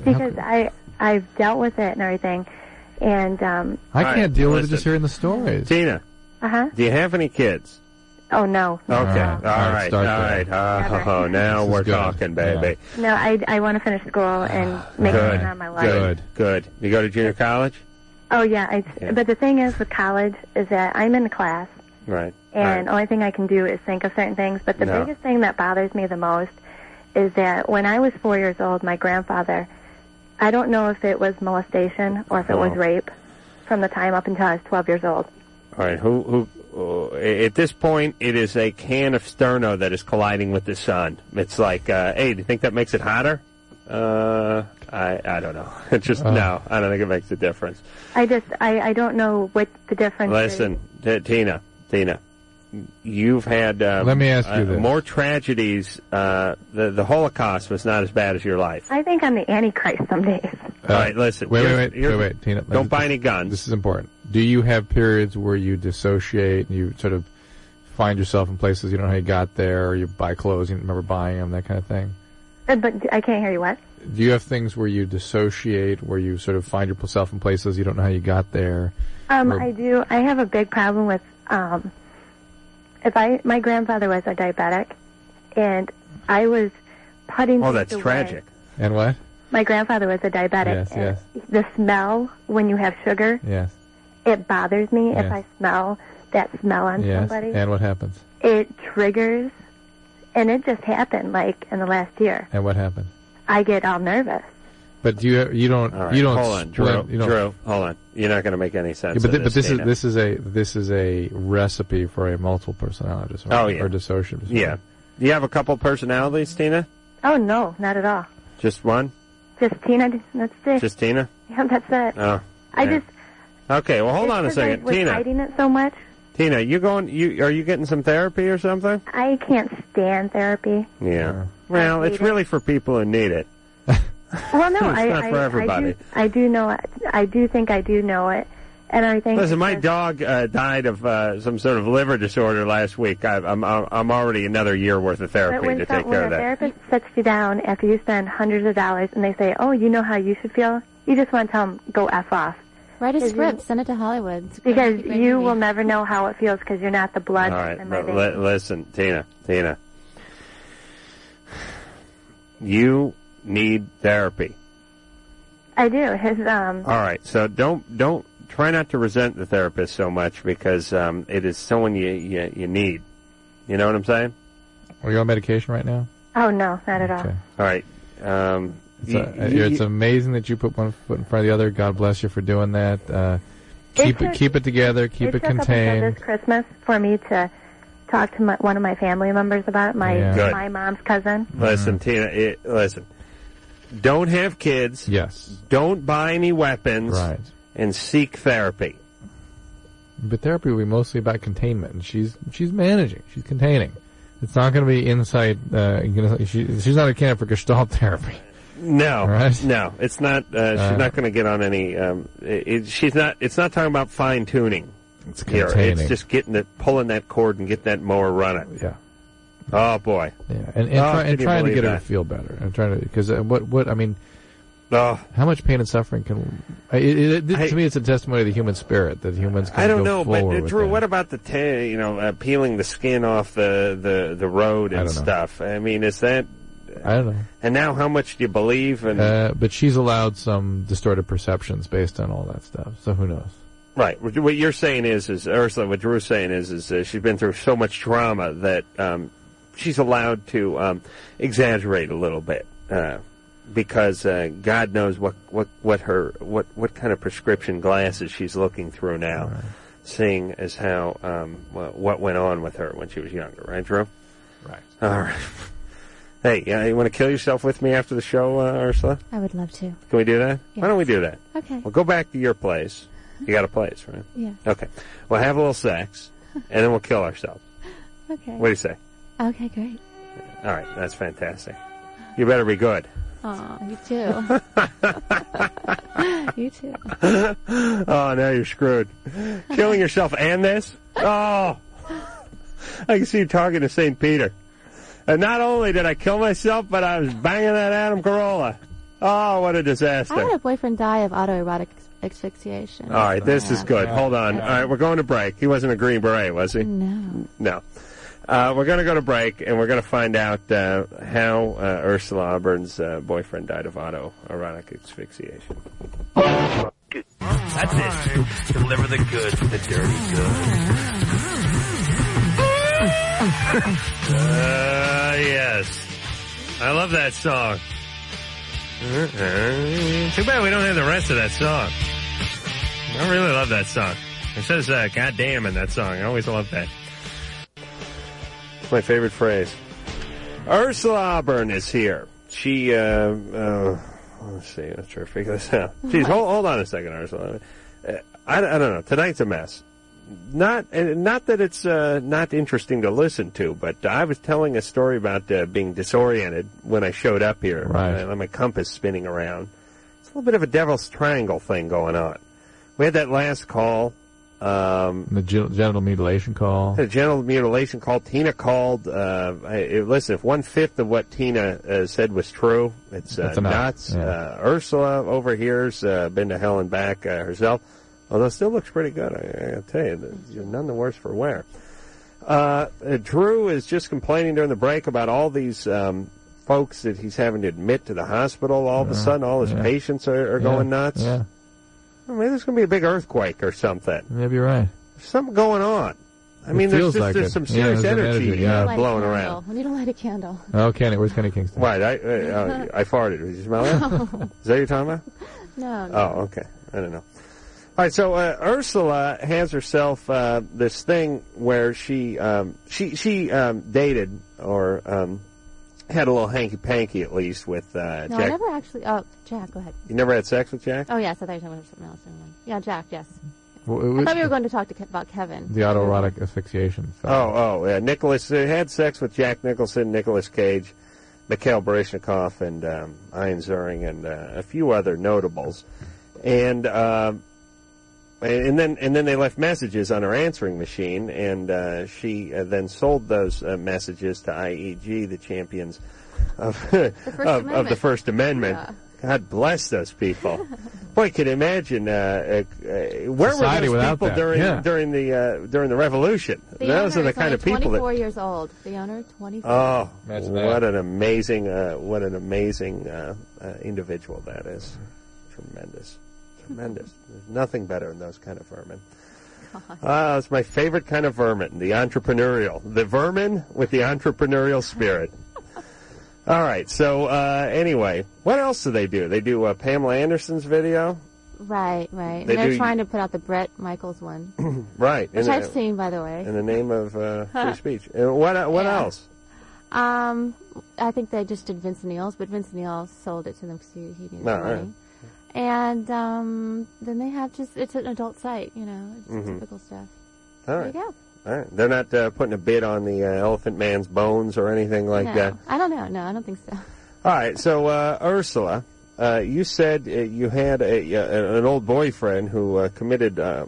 because I I've dealt with it and everything and um I All can't right, deal with it listen. just hearing the stories. Tina, uh huh do you have any kids? oh no Okay. All right. All right, right. All start right. there. Oh, now This is we're good. talking, baby. no I I want to finish school and make Good. it on my life Good. Good. You go to junior college? oh yeah I Yeah. but the thing is with college is that I'm in class Right. and only thing I can do is think of certain things but the No. biggest thing that bothers me the most is that when I was four years old my grandfather I don't know if it was molestation or if it was Oh. rape from the time up until I was 12 years old. All right. Who? Who? oh, at this point, it is a can of Sterno that is colliding with the sun. It's like, uh, hey, do you think that makes it hotter? Uh, I I don't know. It's just Uh. no. I don't think it makes a difference. I just, I, I don't know what the difference is. Listen, T- Tina, Tina, you've had um, Let me ask you uh, this. more tragedies. Uh, the the Holocaust was not as bad as your life. I think I'm the Antichrist some days. All right, listen. Uh, Wait, Here's- wait, wait, here's- wait, wait, Tina. Don't buy any guns. This is important. Do you have periods where you dissociate and you sort of find yourself in places you don't know how you got there, or you buy clothes you don't remember buying them, that kind of thing? Uh, But d- I can't hear you. What? Do you have things where you dissociate, where you sort of find yourself in places you don't know how you got there? Um, or- I do. I have a big problem with um, if I my grandfather was a diabetic, and I was putting. Oh, things that's away. tragic. And what? My grandfather was a diabetic. Yes, yes, The smell when you have sugar, yes, it bothers me. If Yes. I smell that smell on yes. somebody, And what happens? it triggers, and it just happened like in the last year. And what happens? I get all nervous. But do you you don't All right, you don't hold split- on, Drew, you don't Drew, hold on. You're not going to make any sense. Yeah, but, thi- of but this is Dana. this is a this is a recipe for a multiple personality disorder Oh, yeah. or dissociative disorder. Yeah. Do you have a couple personalities, Tina? Oh no, not at all. Just one? Just Tina. That's it. Just Tina? yeah, that's it. Oh. I yeah. just Okay. Well, hold on a because I second, was Tina. hiding it so much. Tina, you going? You are you getting some therapy or something? I can't stand therapy. Yeah. Well, it's really for people who need it. Well, no, It's I, not I, for everybody. I do, I do know it. I do think I do know it, and everything. Listen, my dog uh, died of uh, some sort of liver disorder last week. I, I'm I'm I'm already another year worth of But therapy when, to some- take when care a of that. therapist sets you down after you spend hundreds of dollars, and they say, "Oh, you know how you should feel," you just want to tell them, "Go f off," Write a Because script, send it to Hollywood. It's great- because great you movie. will never know how it feels because you're not the blood. All right, in my but veins. li- listen, Tina, Tina, you need therapy. I do. His um. All right, so don't don't try not to resent the therapist so much because um, it is someone you, you you need. You know what I'm saying? Are you on medication right now? Oh no, not at all. All right. Um, It's, you- uh, you- it's amazing that you put one foot in front of the other. God bless you for doing that. Uh, keep it, took- keep it together. Keep it, took Up until contained. this Christmas for me to talk to my, one of my family members about it, my Yeah. Good. my mom's cousin. Mm-hmm. Listen, Tina. It, listen. Don't have kids. Yes. Don't buy any weapons. Right. And seek therapy. But therapy will be mostly about containment, and she's she's managing. She's containing. It's not going to be inside. Uh, you know, she, she's not a candidate for Gestalt therapy. No, Right. no, it's not. Uh, she's Uh, not going to get on any. Um, it, it- she's not. It's not talking about fine tuning. It's containing. It's just getting the pulling that cord and getting that mower running. Yeah. Oh boy. Yeah, and and, Oh, try, can and you trying to believe get her that? to feel better. I'm trying to because uh, what what I mean, Ah. how much pain and suffering can it, it, it- to me? It's a testimony of the human spirit that humans can I don't go know, but forward uh, with Drew, that. what about the ta- you know uh, peeling the skin off the the the road I and don't know. stuff? I mean, is that? I don't know. And now, how much do you believe? And Uh, but she's allowed some distorted perceptions based on all that stuff. So who knows? Right. What what you're saying is, is Ursula. What Drew's saying is, is uh, she's been through so much trauma that um, she's allowed to um, exaggerate a little bit uh, because uh, God knows what, what, what her what, what kind of prescription glasses she's looking through now, seeing as how um, wha- what went on with her when she was younger. Right, Drew. Right. All right. Hey, uh, you want to kill yourself with me after the show, uh, Ursula? I would love to. Can we do that? Why don't we Yes. do that? Okay. Well, go back to your place. You got a place, right? Yes. Okay. We'll have a little sex, and then we'll kill ourselves. Okay. What do you say? Okay, great. All right, that's fantastic. You better be good. Aw, you too. you too. oh, now you're screwed. Killing yourself and this? Oh! I can see you talking to St. Peter. And not only did I kill myself, but I was banging that Adam Carolla. Oh, what a disaster. I had a boyfriend die of autoerotic ex- asphyxiation. All right, this is good. Hold on. All right, we're going to break. He wasn't a Green Beret, was he? No. No. Uh, we're going to go to break, and we're going to find out uh, how uh, Ursula Auburn's uh, boyfriend died of auto-erotic asphyxiation. That's it. Deliver the good, the dirty good. Uh, yes. I love that song. Uh-uh. Too bad we don't have the rest of that song. I really love that song. It says uh, goddamn in that song. I always love that. It's my favorite phrase. Ursula Auburn is here. She, uh, uh let's see, let's try to figure this out. Jeez, hold, hold on a second, Ursula. Uh, I, I don't know. Tonight's a mess. not and not that it's uh, not interesting to listen to, but I was telling a story about uh, being disoriented when I showed up here. Right. And my compass spinning around. It's a little bit of a devil's triangle thing going on. We had that last call. Um, The gen- genital mutilation call. had a genital mutilation call. Tina called. Uh, I, I- listen, if one fifth of what Tina uh, said was true, it's uh, That's enough, nuts. yeah. Uh, Ursula over here's uh, been to hell and back uh, herself, although still looks pretty good. I, I gotta tell you, you're none the worse for wear. Uh, uh, Drew is just complaining during the break about all these um, folks that he's having to admit to the hospital. All of a Yeah, sudden, all his yeah. patients are, are Yeah, going nuts. yeah. I mean, there's going to be a big earthquake or something Maybe you're right. something going on. I It mean, there's feels just like there's it. some Yeah, serious there's an energy, energy, yeah. uh, Light blowing candle. around. We need to light a candle. Oh, Kenny, where's Kenny Kingston? Right, I uh, I farted. Did you smell that? Is that what you're talking about? No. no. Oh, okay. I don't know. All right, so uh, Ursula has herself uh, this thing where she um, she she um, dated or um, had a little hanky panky at least with uh, no, I Jack. never actually. Oh, Jack, go ahead. You never had sex with Jack? Oh, yes, I thought you were talking about something else. Never mind. Yeah, Jack, yes. Well, I it thought we were was going to talk to, Ke- about Kevin. the autoerotic asphyxiation. Oh, oh, yeah. Nicholas uh, had sex with Jack Nicholson, Nicholas Cage, Mikhail Baryshnikov, and um, Ian Ziering, and uh, a few other notables. And um, and then and then they left messages on her answering machine, and uh, she uh, then sold those uh, messages to IEG, the champions of of, of the Amendment. First Amendment. Yeah. God bless those people. Boy, can you imagine uh, uh, uh, where Society were those without people that, during yeah. during the uh, during the revolution? The Those owner are the is kind only of people 24 that. years old. The owner, 24. Oh, Imagine that. what an amazing, uh, what an amazing uh, uh, individual that is! Tremendous, tremendous. There's nothing better than those kind of vermin. Ah, it's my favorite kind of vermin, the entrepreneurial. The vermin with the entrepreneurial spirit. All right, so uh, anyway, what else do they do? They do uh, Pamela Anderson's video. Right, right. They and they're do- trying to put out the Brett Michaels one, Right. which in, I've the- seen, by the way. In the name of uh, free speech. Uh, what what else? Um, I think they just did Vince Neal's, but Vince Neal sold it to them because he, he needed All money. right. And um, then they have just, it's an adult site, you know, it's Mhm. typical stuff. All There you right. go. All right. They're not uh, putting a bid on the uh, Elephant Man's bones or anything like no. that. I don't know. No, I don't think so. All right. So uh, Ursula, uh, you said uh, you had a, uh, an old boyfriend who uh, committed uh,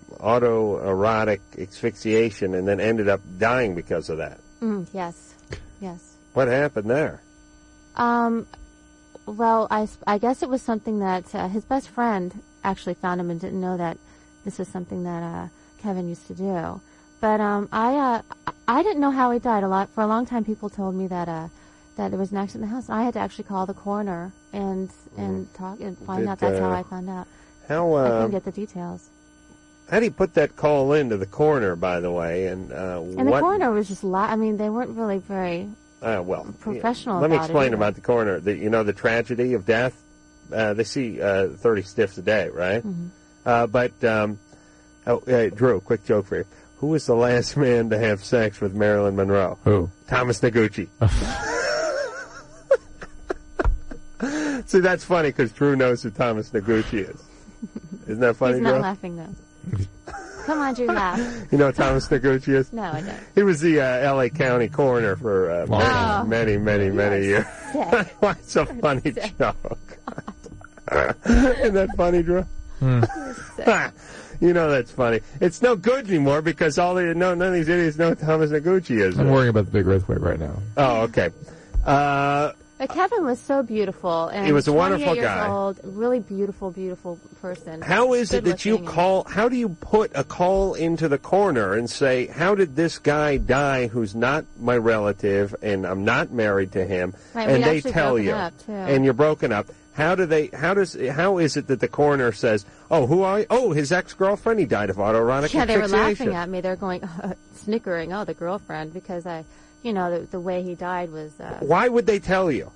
autoerotic asphyxiation and then ended up dying because of that. Mm, yes. Yes. What happened there? Um, well, I, s- I guess it was something that uh, his best friend actually found him and didn't know that this was something that uh, Kevin used to do. But um, I uh, I- I didn't know how he died. A lot for a long time, people told me that uh, that there was an accident in the house. I had to actually call the coroner and and talk and find Mm. Did, out. That's how uh, I found out. How I couldn't uh, get the details. how do you put that call into the coroner, by the way? And, uh, And what? the coroner was just la- I mean, they weren't really very Uh, well, professional Let me about it, explain either. about the coroner. The, you know, the tragedy of death. Uh, they see uh, thirty stiffs a day, right? Mhm. Uh, but um, oh, uh, Drew, quick joke for you. Who was the last man to have sex with Marilyn Monroe? Who? Thomas Noguchi. see, that's funny because Drew knows who Thomas Noguchi is. Isn't that funny, He's not Drew? laughing though. Come on, Drew, laugh. You know who Thomas Noguchi is? No, I don't. He was the uh, L.A. County coroner for uh, Long time. many, many, many, many years. sick. Why it's a funny Sick. joke? Isn't that funny, Drew? you know that's funny. It's no good anymore because all the no none of these idiots know who Thomas Noguchi is. I'm worrying about the big earthquake right now. Oh, okay. Uh, But Kevin was so beautiful, and He was a 28 wonderful years guy. Old, really beautiful, beautiful person. how is it Good that you looking. call? How do you put a call into the coroner and say, "How did this guy die? Who's not my relative, and I'm not married to him?" Right, and we'd they actually tell broken you, up, too. and you're broken up. How do they? How does? How is it that the coroner says, "Oh, who are? You? Oh, his ex-girlfriend. He died of autoerotic Yeah, they were asphyxiation." laughing at me. They're going snickering. Oh, the girlfriend, because I, you know, the, the way he died was. Uh, Why would they tell you?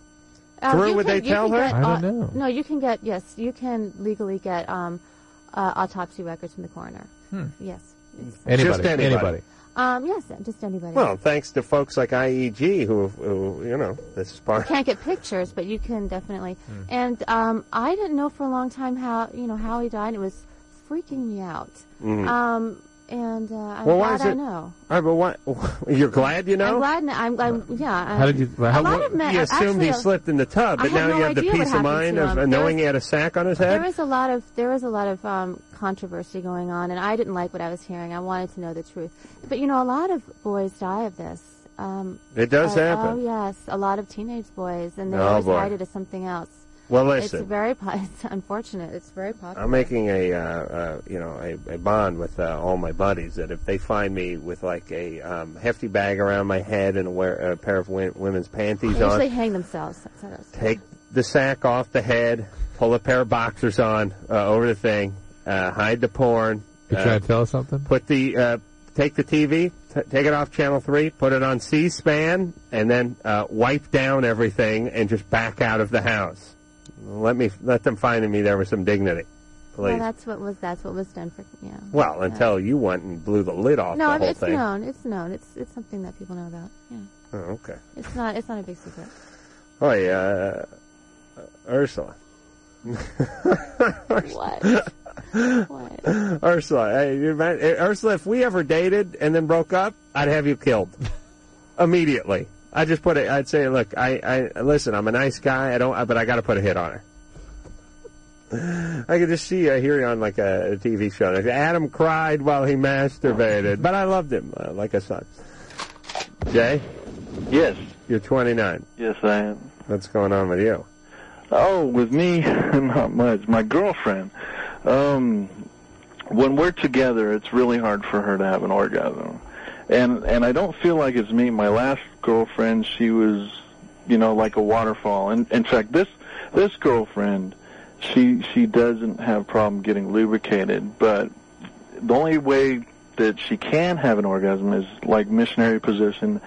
Um, Drew, you would can- they you tell can her? get au- No, you can get yes, you can legally get um, uh, autopsy records from the coroner. Hmm. Yes. It's- Anybody, Just anybody. anybody. Um, yes, just anybody. Well, thanks to folks like IEG who, who you know, this is part. can't get pictures, but you can definitely. Mm. And um, I didn't know for a long time how you know how he died. It was freaking me out. Mhm. Um, and uh, I'm well, glad why is I it? know. All right, but why? You're glad you know? I'm glad. kn- I'm, I'm yeah. How did you? I, a How, lot of men you actually, assumed he a- slipped in the tub, I but had now no you have the idea what peace of happened to mind him. of uh, There knowing was- he had a sack on his There head. was a lot of there was a lot of um, controversy going on, and I didn't like what I was hearing. I wanted to know the truth. But you know, a lot of boys die of this. Um, It does uh, happen. Oh yes, a lot of teenage boys, and they Oh, always boy. hide it as something else. Well, listen. It's very po- it's unfortunate. It's very popular. I'm making a uh, uh, you know a, a bond with uh, all my buddies that if they find me with like a um, hefty bag around my head and a, wear, a pair of w- women's panties they usually on, hang themselves. That's how that's- take the sack off the head, pull a pair of boxers on uh, over the thing, uh, hide the porn. You uh, trying to tell us something? Put the uh, take the TV, t- take it off channel three, put it on C-SPAN, and then uh, wipe down everything and just back out of the house. Let me let them find in me there with some dignity, Well, please. that's what was that's what was done for yeah. Well, until you went and blew the lid off no, the it- whole it's thing. known. It's known. It's it's something that people know about. Yeah, Oh, okay. it's not it's not a big secret. Oh yeah, uh, Ursula. what? Ursula, hey, you might- eh, Ursula, if we ever dated and then broke up, I'd have you killed immediately. I just put it. I'd say, look, I, I listen. I'm a nice guy. I don't, but I got to put a hit on her. I could just see, uh, hear you on like a, a TV show. Like, Adam cried while he masturbated, but I loved him uh, like a son. Jay, Yes. you're 29. Yes, I am. What's going on with you? Oh, with me, not much. My girlfriend. Um, when we're together, it's really hard for her to have an orgasm, and and I don't feel like it's me. My last girlfriend, she was, you know, like a waterfall. And in fact, this this girlfriend, she she doesn't have problem getting lubricated, but the only way that she can have an orgasm is like missionary position,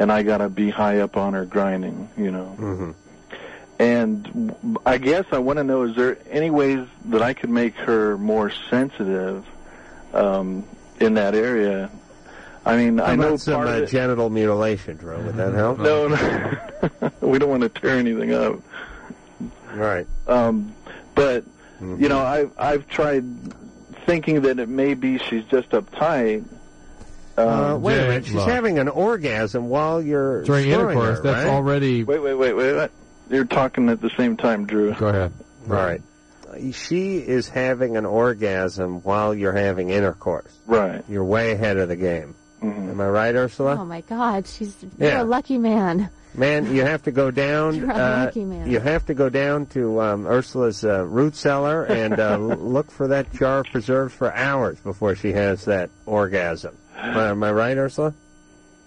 and I gotta be high up on her grinding, you know. Mm-hmm. And I guess I want to know: is there any ways that I could make her more sensitive um, in that area? I mean, How I know about some part uh, of it- genital mutilation, Drew. Would that help? No, no, we don't want to tear anything up. Right. Mm-hmm. Um, but you know, I've I've tried thinking that it may be she's just uptight. Um, Uh, wait a minute. She's having an orgasm while you're During scoring intercourse, her, that's right? already. Wait, wait, wait, wait, wait. You're talking at the same time, Drew. Go ahead. Right. She is having an orgasm while you're having intercourse. Right. You're way ahead of the game. Mm. Am I right, Ursula? Oh my God, she's Yeah. you're a lucky man. Man, you have to go down. You're a uh, lucky man. You have to go down to um, Ursula's uh, root cellar and uh, l- look for that jar of preserves for hours before she has that orgasm. Am I- am I right, Ursula?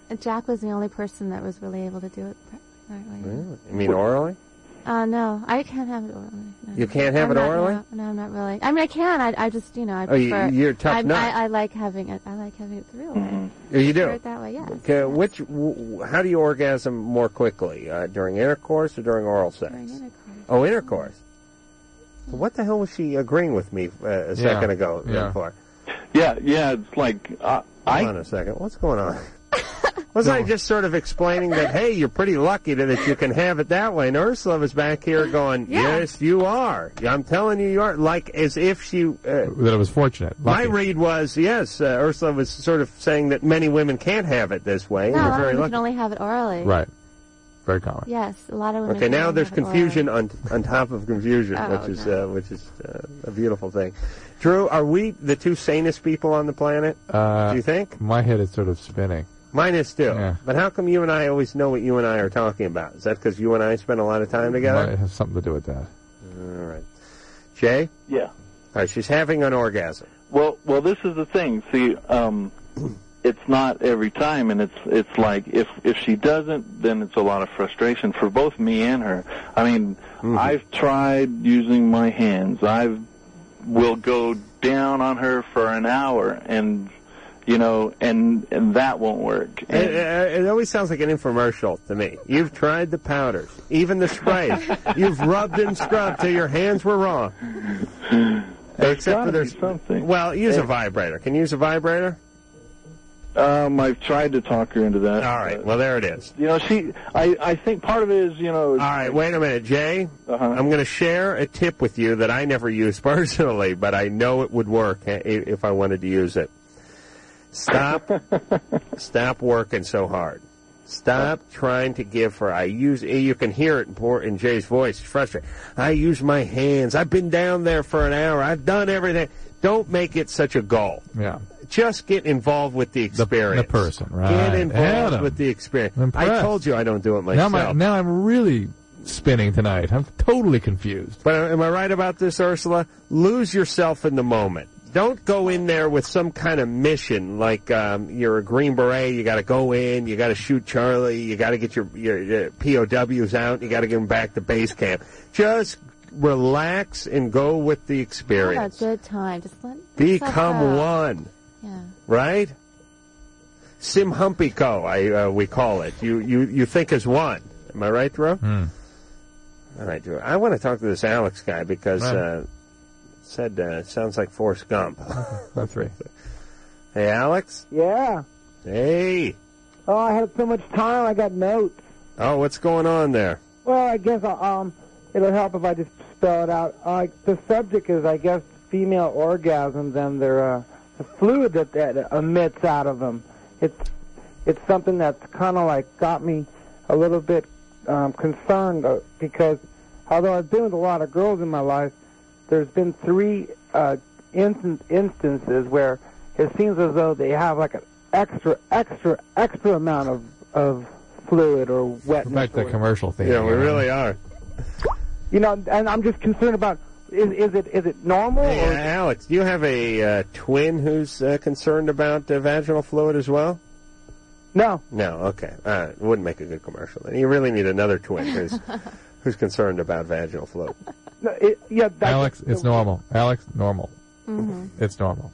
And Jack was the only person that was really able to do it. pr- Right way. Really? You mean orally? Uh, no, I can't have it orally. No. You can't have I'm it not- orally? No, no, not really. I mean, I can. I, I just, you know, I Oh, you- prefer. you're a tough I, nut. Mm-hmm. I, I like having it. I like having it the real way. Yeah, You do. Prefer it that way, yes. Okay, which? W- w- how do you orgasm more quickly? Uh, during intercourse or during oral sex? During intercourse. Oh, intercourse. What the hell was she agreeing with me uh, a second ago then yeah. for? Yeah, yeah. It's like uh, I. Hold on a second. What's going on? Wasn't I just sort of explaining that, hey, you're pretty lucky to, that you can have it that way? And Ursula was back here going, yes, you are. I'm telling you, you are. Like, as if she. Uh, That it was fortunate. my read was, yes, uh, Ursula was sort of saying that many women can't have it this way. and No, a you're lot of very women lucky. can only have it orally. Right. Very common. Yes, a lot of women. Okay, can now only there's have it orally. confusion on on top of confusion, Oh, which is uh, which is uh, a beautiful thing. Drew, are we the two sanest people on the planet? Uh, Do you think? My head is sort of spinning. Mine is too. But how come you and I always know what you and I are talking about? Is that because you and I spend a lot of time together? Might have something to do with that. All right, Jay. Yeah. All right, she's having an orgasm. Well, well, this is the thing. See, um, it's not every time, and it's it's like if if she doesn't, then it's a lot of frustration for both me and her. I mean, I've tried using my hands. I've will go down on her for an hour, and you know, and and that won't work. It, it, it always sounds like an infomercial to me. You've tried the powders, even the sprays. You've rubbed and scrubbed till your hands were raw. Except for there's something. Well, use a vibrator. Can you use a vibrator? Um, I've tried to talk her into that. All right. Well, there it is. You know, she. I I think part of it is you know. All right. Wait a minute, Jay. I'm going to share a tip with you that I never use personally, but I know it would work eh, i- if I wanted to use it. Stop, stop working so hard. Stop trying to give for. I use. eh, You can hear it in, poor, in Jay's voice. It's frustrating. I use my hands. I've been down there for an hour. I've done everything. Don't make it such a goal. Yeah. Just get involved with the experience. the person, right. Get involved Adam. with the experience. I impressed. told you I don't do it Now, myself. my, now I'm really spinning tonight. I'm totally confused. But am I right about this, Ursula? Lose yourself in the moment. Don't go in there with some kind of mission like um, you're a Green Beret. You got to go in. You got to shoot Charlie. You got to get your, your, your POWs out. You got to get them back to base camp. Just relax and go with the experience. Have a good time. Just let Become yourself out. one. Yeah. Right? Sim Humpico, I uh, we call it. You you you think is one. Am I right, Drew? Hmm. All right, Drew. I want to talk to this Alex guy because Right. uh, said uh, sounds like Forrest Gump. That's right. Hey, Alex. Yeah. Hey. Oh, I had so much time. I got notes. Oh, what's going on there? Well, I guess um, it'll help if I just spell it out. Uh, the subject is, I guess, female orgasms and their uh, the fluid that that emits out of them. It's it's something that's kind of like got me a little bit um, concerned uh, because although I've been with a lot of girls in my life, there's been three uh, instan instances where it seems as though they have like an extra, extra, extra amount of of fluid or wetness. Back to the or- commercial thing. Yeah, we really are. you know, and I'm just concerned about is is it is it normal? Hey, uh, Alex, do you have a uh, twin who's uh, concerned about uh, vaginal fluid as well? No. No. Okay. Uh, it wouldn't make a good commercial. Then you really need another twin who's who's concerned about vaginal fluid. No, it, yeah, that's, Alex, it's normal. Alex, normal. Mhm. It's normal.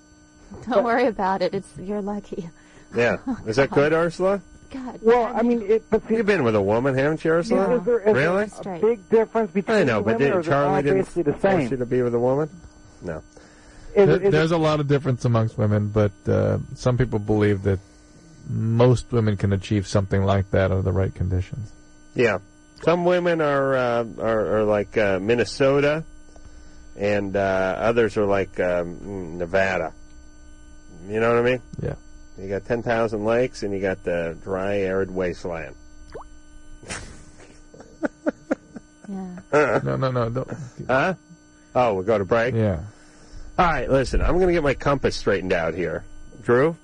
Don't worry about it. It's you're lucky. Yeah. Is that good, Ursula? God. Well, I mean, it, but You've been with a woman, haven't you, Ursula? Is there- is there really? a big difference between I know, the but women, or did is it all Charlie didn't basically the force same? you to be with a woman? No. There- There's a lot of difference amongst women, but uh, some people believe that most women can achieve something like that under the right conditions. Yeah, some women are uh, are, are like uh, Minnesota, and uh, others are like um, mm, Nevada. You know what I mean? Yeah. You got ten thousand lakes, and you got the dry, arid wasteland. yeah. no, no, no. Don't. Huh? Oh, we go to break. Yeah. All right, listen. I'm going to get my compass straightened out here, Drew.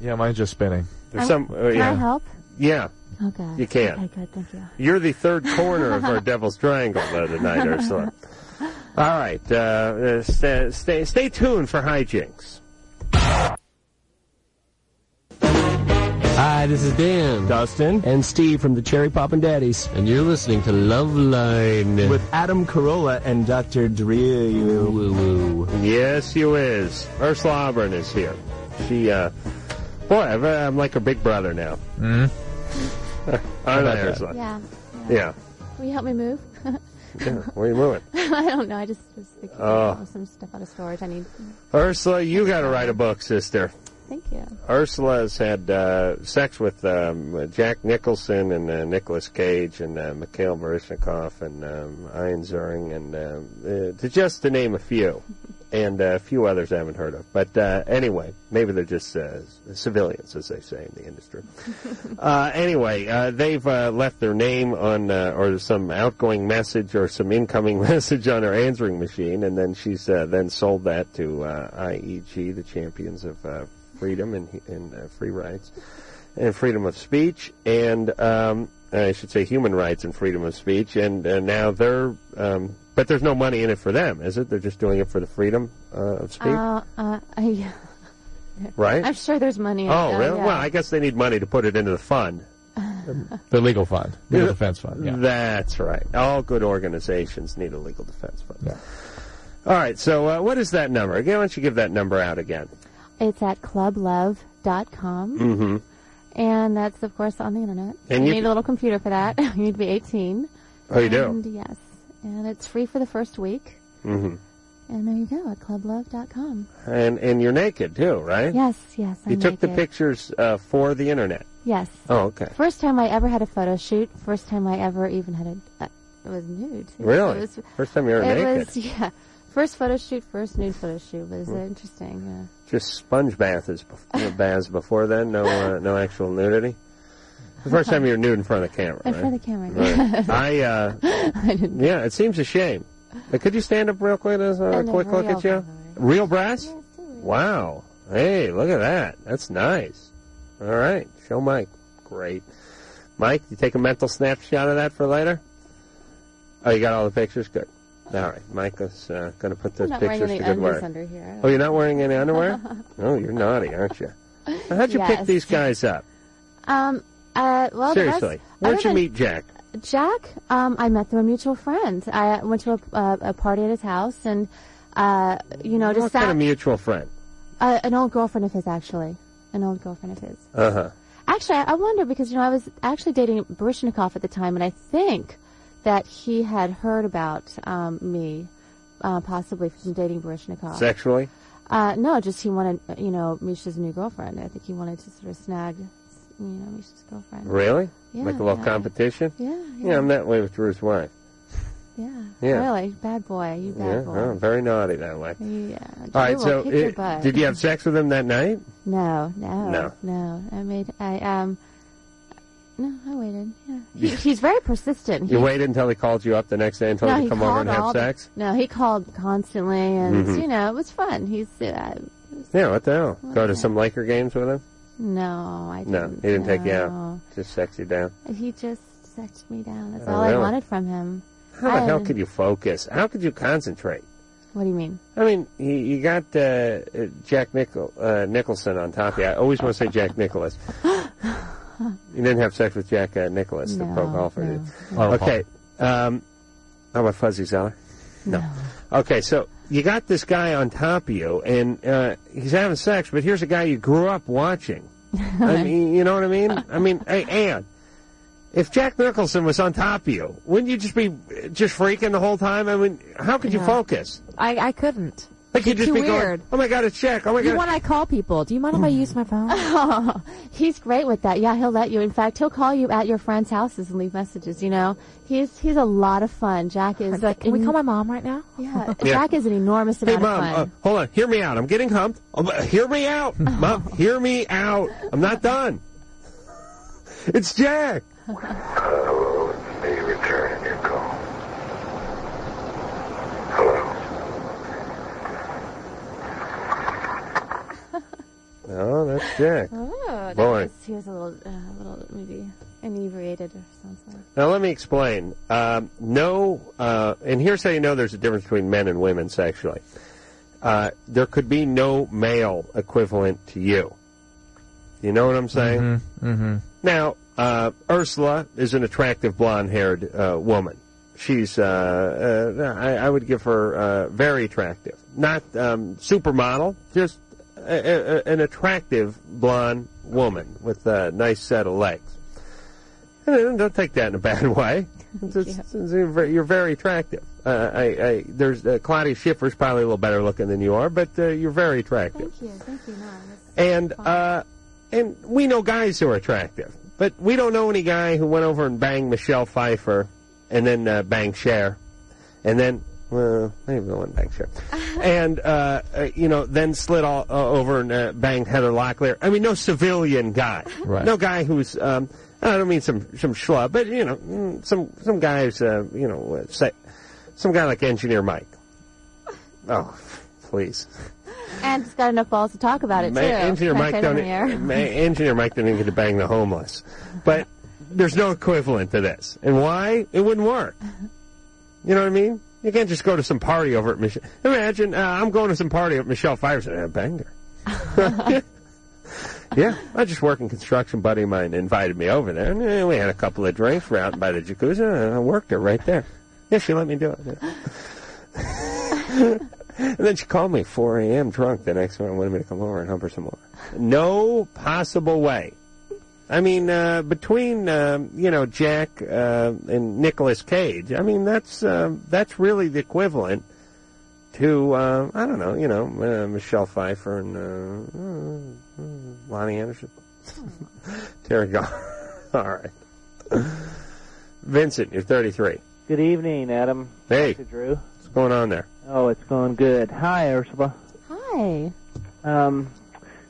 Yeah, mine's just spinning. There's some. Uh, Can yeah. I help? Yeah. Oh God. You can. Okay, good. Thank you. You're the third corner of our Devil's Triangle though tonight, Ursula. All right, uh, uh, st- stay stay tuned for hijinks. Hi, this is Dan, Dustin, and Steve from the Cherry Pop and Daddies, and you're listening to Love Line with Adam Carolla and Dr. Drew. Yes, you is. Ursula Auburn is here. She, uh, boy, I've, uh, I'm like her big brother now. Mm. Aren't about I, that? Ursula? Yeah. Yeah. Will you help me move? yeah. Where are you moving? I don't know. I just was thinking Oh. of some stuff out of storage. I need. Ursula, you got to write a book, sister. Thank you. Ursula has had uh, sex with um, Jack Nicholson and uh, Nicolas Cage and uh, Mikhail Baryshnikov and um, Ian Ziering and um, uh, to just to name a few, and uh, a few others I haven't heard of. But uh, anyway, maybe they're just uh, civilians, as they say in the industry. uh, anyway, uh, they've uh, left their name on uh, or some outgoing message or some incoming message on her answering machine, and then she's uh, then sold that to uh, IEG, the champions of uh, freedom and, and uh, free rights and freedom of speech, and um, I should say human rights and freedom of speech. And uh, now they're, um, but there's no money in it for them, is it? They're just doing it for the freedom uh, of speech, Uh, uh, I, right? I'm sure there's money. in it Oh, now, really? yeah. Well, I guess they need money to put it into the fund. The legal fund, legal defense fund. Yeah. That's right. All good organizations need a legal defense fund. All right. So, uh, what is that number? Again, why don't you give that number out again? It's at clublove.com. Mm-hmm. And that's, of course, on the internet. And you you need c- a little computer for that. you need to be 18. Oh, you do? And yes. And it's free for the first week. Mm-hmm. And there you go, at clublove.com. And and you're naked too, right? Yes, yes. I'm you took the naked. pictures uh, for the internet. Yes. Oh, okay. First time I ever had a photo shoot. First time I ever even had a. Uh, it was nude. Really? It was, First time you were it naked. Hmm. was yeah. First photo shoot, first nude photo shoot was interesting. uh, Yeah. Just sponge baths, bef- baths before then. No, uh, no actual nudity. The first time you were nude in front of the camera, In right? front of the camera, Right. yeah. I, uh, yeah, it seems a shame. Uh, could you stand up real quick? As I a know, quick look real at you. Real brass? wow. Hey, look at that. That's nice. All right, show Mike. Great. Mike, you take a mental snapshot of that for later. Oh, you got all the pictures. Good. All right, Mike is uh, going to put those not wearing pictures any to good undies work. under here. Oh, you're not wearing any underwear? oh, you're naughty, aren't you? Now, how'd you pick Yes. these guys up? Um. Uh. Well, the rest- Seriously, other where'd you than- meet Jack? Jack, um, I met through a mutual friend. I went to a, uh, a party at his house, and uh, you know, just what kind sat, of mutual friend? uh, an old girlfriend of his, actually, an old girlfriend of his. Uh huh. Actually, I I wonder because you know I was actually dating Barishnikov at the time, and I think that he had heard about um, me, uh, possibly from dating Barishnikov. Sexually? Uh, no, just he wanted, uh, you know, Misha's new girlfriend. I think he wanted to sort of snag, you know, Misha's girlfriend. Really? Yeah, like a little yeah. competition? Yeah, yeah. yeah. I'm that way with Drew's wife. Yeah. Yeah. Really, bad boy. You bad yeah, oh, boy. well, very naughty that way. Yeah. Drew All right, will so kick your it- butt. did you have sex with him that night? No, no, No. no. I made I um. No, I waited. Yeah, he, he's very persistent. You He- waited until he called you up the next day and told no, you he to come over called and have all the- sex? no, he called constantly, and Mhm. you know it was fun. He's uh, Yeah, what the hell? Go to some Laker games with him? no, I No, didn't. he didn't take you no. out. Just sex you down. He just sexed me down. That's Oh, all I really? wanted from him. How I the hell had- could you focus? How could you concentrate? What do you mean? I mean, you, you got uh, uh, Jack Nichol, uh, Nicholson on top of you. I always want to say Jack Nicholas. You didn't have sex with Jack uh, Nicholas, the pro No, golfer. no. did you? Oh, okay. Um, how about Fuzzy Zeller? No. Okay, so you got this guy on top of you, and uh, he's having sex, but here's a guy you grew up watching. I mean, you know what I mean? I mean, hey, Ann, if Jack Nicholson was on top of you, wouldn't you just be uh, just freaking the whole time? I mean, how could you Yeah. focus? I, I couldn't. Like you'd It's just too be weird. going, oh my god, it's Jack. Oh my you god. want I call people? Do you mind if I use my phone? he's great with that. Yeah, he'll let you. In fact, he'll call you at your friends' houses and leave messages. You know, he's he's a lot of fun. Jack is. like, "Can we call my mom right now? Yeah, Yeah. Jack is an enormous Hey, amount mom, of fun. uh, hold on. Hear me out. I'm getting humped. Um, uh, hear me out. Mom, hear me out. I'm not done. It's Jack. May you return in your call. Oh, that's Jack. Oh, Boy. that's- He was a little, uh, little maybe inebriated or something. Now, let me explain. Um, no, uh, and here's how you know there's a difference between men and women sexually. Uh, there could be no male equivalent to you. You know what I'm saying? Mm-hmm. Now, uh, Ursula is an attractive blonde-haired uh, woman. She's, uh, uh, I, I would give her uh, very attractive, not um, supermodel, just a, a, a- an attractive blonde woman with a nice set of legs. And then don't take that in a bad way. It's- it's- it's- you're very- you're very attractive. Uh, I, I, there's uh, Claudia Schiffer's probably a little better looking than you are, but uh, you're very attractive. Thank you, thank you, Mom. And uh, and we know guys who are attractive, but we don't know any guy who went over and banged Michelle Pfeiffer and then uh, banged Cher, and then well maybe the one banged Cher, and uh, uh, you know then slid all uh, over and uh, banged Heather Locklear. I mean, no civilian guy, Right. no guy who's um, I don't mean some some schlub, but you know mm, some some guys uh, you know uh, say, some guy like Engineer Mike. Oh, please. And he's got enough balls to talk about it Ma- too. Engineer Can I Mike say that on the air? don't. Ma- Engineer Mike didn't get to bang the homeless, but there's no equivalent to this. And why? It wouldn't work. You know what I mean? You can't just go to some party over at Michelle. Imagine uh, I'm going to some party at Michelle Fires and I banged her. yeah, I just working construction. Buddy of mine invited me over there, and eh, we had a couple of drinks. We're out by the jacuzzi, and I worked her right there. Yeah, she let me do it. And then she called me at 4 a.m. drunk the next morning and wanted me to come over and hump her some more. No possible way. I mean, uh, between um, you know Jack uh, and Nicolas Cage, I mean that's uh, that's really the equivalent to uh, I don't know, you know uh, Michelle Pfeiffer and uh, uh, Lonnie Anderson, Terry Gar. All right, Vincent, you're 33. Good evening, Adam. Hey. Dr. Drew. What's going on there? Oh, it's going good. Hi, Ursula. Hi. Um,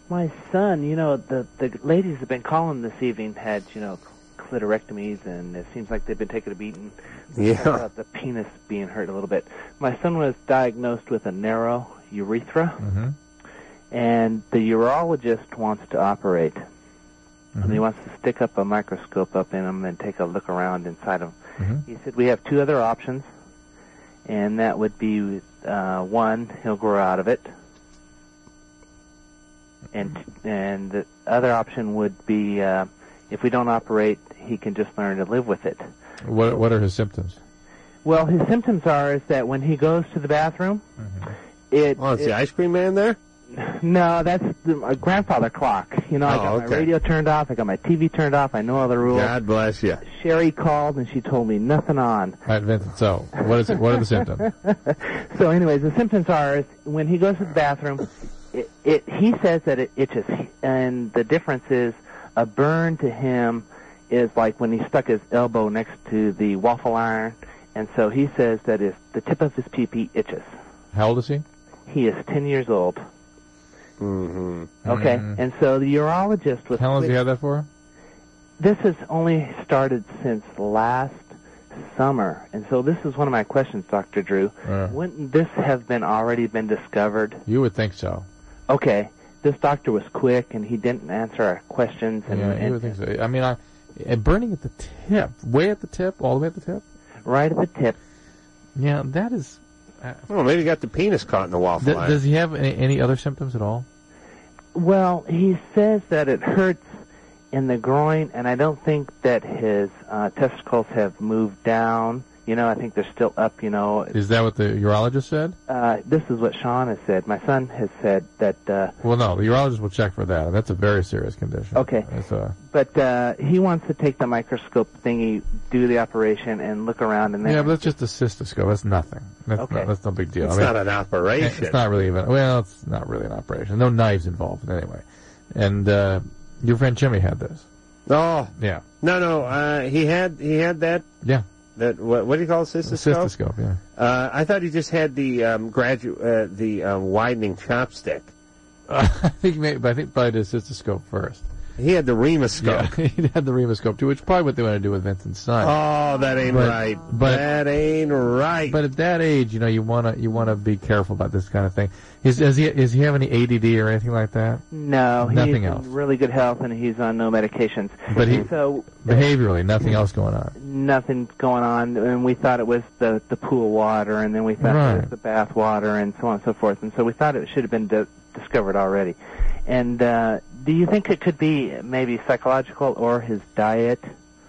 my son, you know, the the ladies have been calling this evening had you know clitorectomies, and it seems like they've been taking a beating. Yeah. About the penis being hurt a little bit. My son was diagnosed with a narrow urethra, and the urologist wants to operate. And he wants to stick up a microscope up in him and take a look around inside him. Mm-hmm. He said we have two other options, and that would be uh, one, he'll grow out of it, and and the other option would be uh, if we don't operate, he can just learn to live with it. What What are his symptoms? Well, his symptoms are is that when he goes to the bathroom, it. Oh, it's the ice cream man there. No, that's the, my grandfather clock. You know, I Oh, got my okay. radio turned off. I got my TV turned off. I know all the rules. God bless you. Sherry called and she told me nothing on. All right, Vincent. So, what is it? What are the symptoms? so, anyways, the symptoms are is when he goes to the bathroom, it, it he says that it itches, and the difference is a burn to him is like when he stuck his elbow next to the waffle iron, and so he says that his, the tip of his pee pee itches. How old is he? He is ten years old. Mm-hmm. Okay, Mm. and so the urologist was. How long has he quick- had that for? This has only started since last summer, and so this is one of my questions, Doctor Drew. Uh, Wouldn't this have been already been discovered? you would think so. Okay, this doctor was quick, and he didn't answer our questions. And, Yeah, you and would think so. I mean, I, and burning at the tip, way at the tip, all the way at the tip. Right at the tip. Yeah, that is. Uh, Well, Oh, maybe he got the penis caught in the waffle Th- iron. does he have any, any other symptoms at all? well, he says that it hurts in the groin, and I don't think that his uh, testicles have moved down. You know, I think they're still up. You know, Is that what the urologist said? uh, this is what Sean has said. My son has said that. Uh, Well, no, the urologist will check for that. That's a very serious condition. Okay. It's a, But uh, he wants to take the microscope thingy, do the operation, and look around, and then yeah, but that's just a cystoscope. That's nothing. That's, Okay. no, that's no big deal. It's not an operation. It's not really even. Well, it's not really an operation. No knives involved anyway. And uh, your friend Jimmy had this. Oh yeah. No, no. Uh, he had he had that. Yeah. That what, what do you call it, cystoscope? Cystoscope, yeah. Uh, I thought he just had the um, gradu- uh, the um, widening chopstick. I think maybe, but I think probably did a cystoscope first. He had the remascope. Yeah, he had the remascope too, which is probably what they want to do with Vincent's son. Oh, that ain't But- right. but- that ain't right. But at that age, you know, you wanna you wanna be careful about this kind of thing. Is does he is he have any ADD or anything like that? no, he's Nothing in else. really good health, and he's on no medications. But he- so Behaviorally, nothing else going on. nothing going on, and we thought it was the the pool water, and then we thought it was Right. the bath water, and so on and so forth, and so we thought it should have been di- discovered already. And uh, do you think it could be maybe psychological or his diet?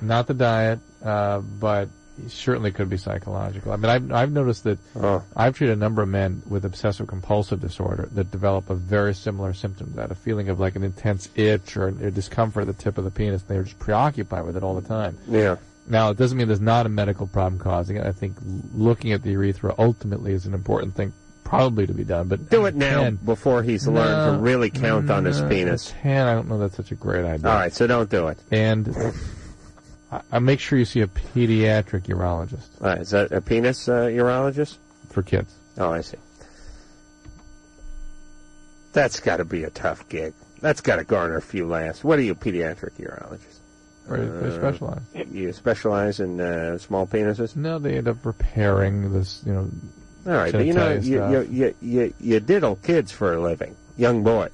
Not the diet, uh, but it certainly could be psychological. I mean, I've, I've noticed that Oh. I've treated a number of men with obsessive compulsive disorder that develop a very similar symptom, that a feeling of like an intense itch or, or discomfort at the tip of the penis. and They're just preoccupied with it all the time. Yeah. Now, it doesn't mean there's not a medical problem causing it. I think l- looking at the urethra ultimately is an important thing probably to be done, but Do it now And- before he's learned to No, really count on his no, penis. Ten, I don't know that's such a great idea. All right, so don't do it. And I, I make sure you see a pediatric urologist All right, is that a penis uh, urologist? for kids. Oh, I see. That's got to be a tough gig. That's got to garner a few laughs. What are you, pediatric urologist? Uh, Right, they specialize. You specialize in uh, small penises. No, they end up repairing this, you know. All right, but you know, genitalia you, stuff. you, you, you, you diddle kids for a living, young boys.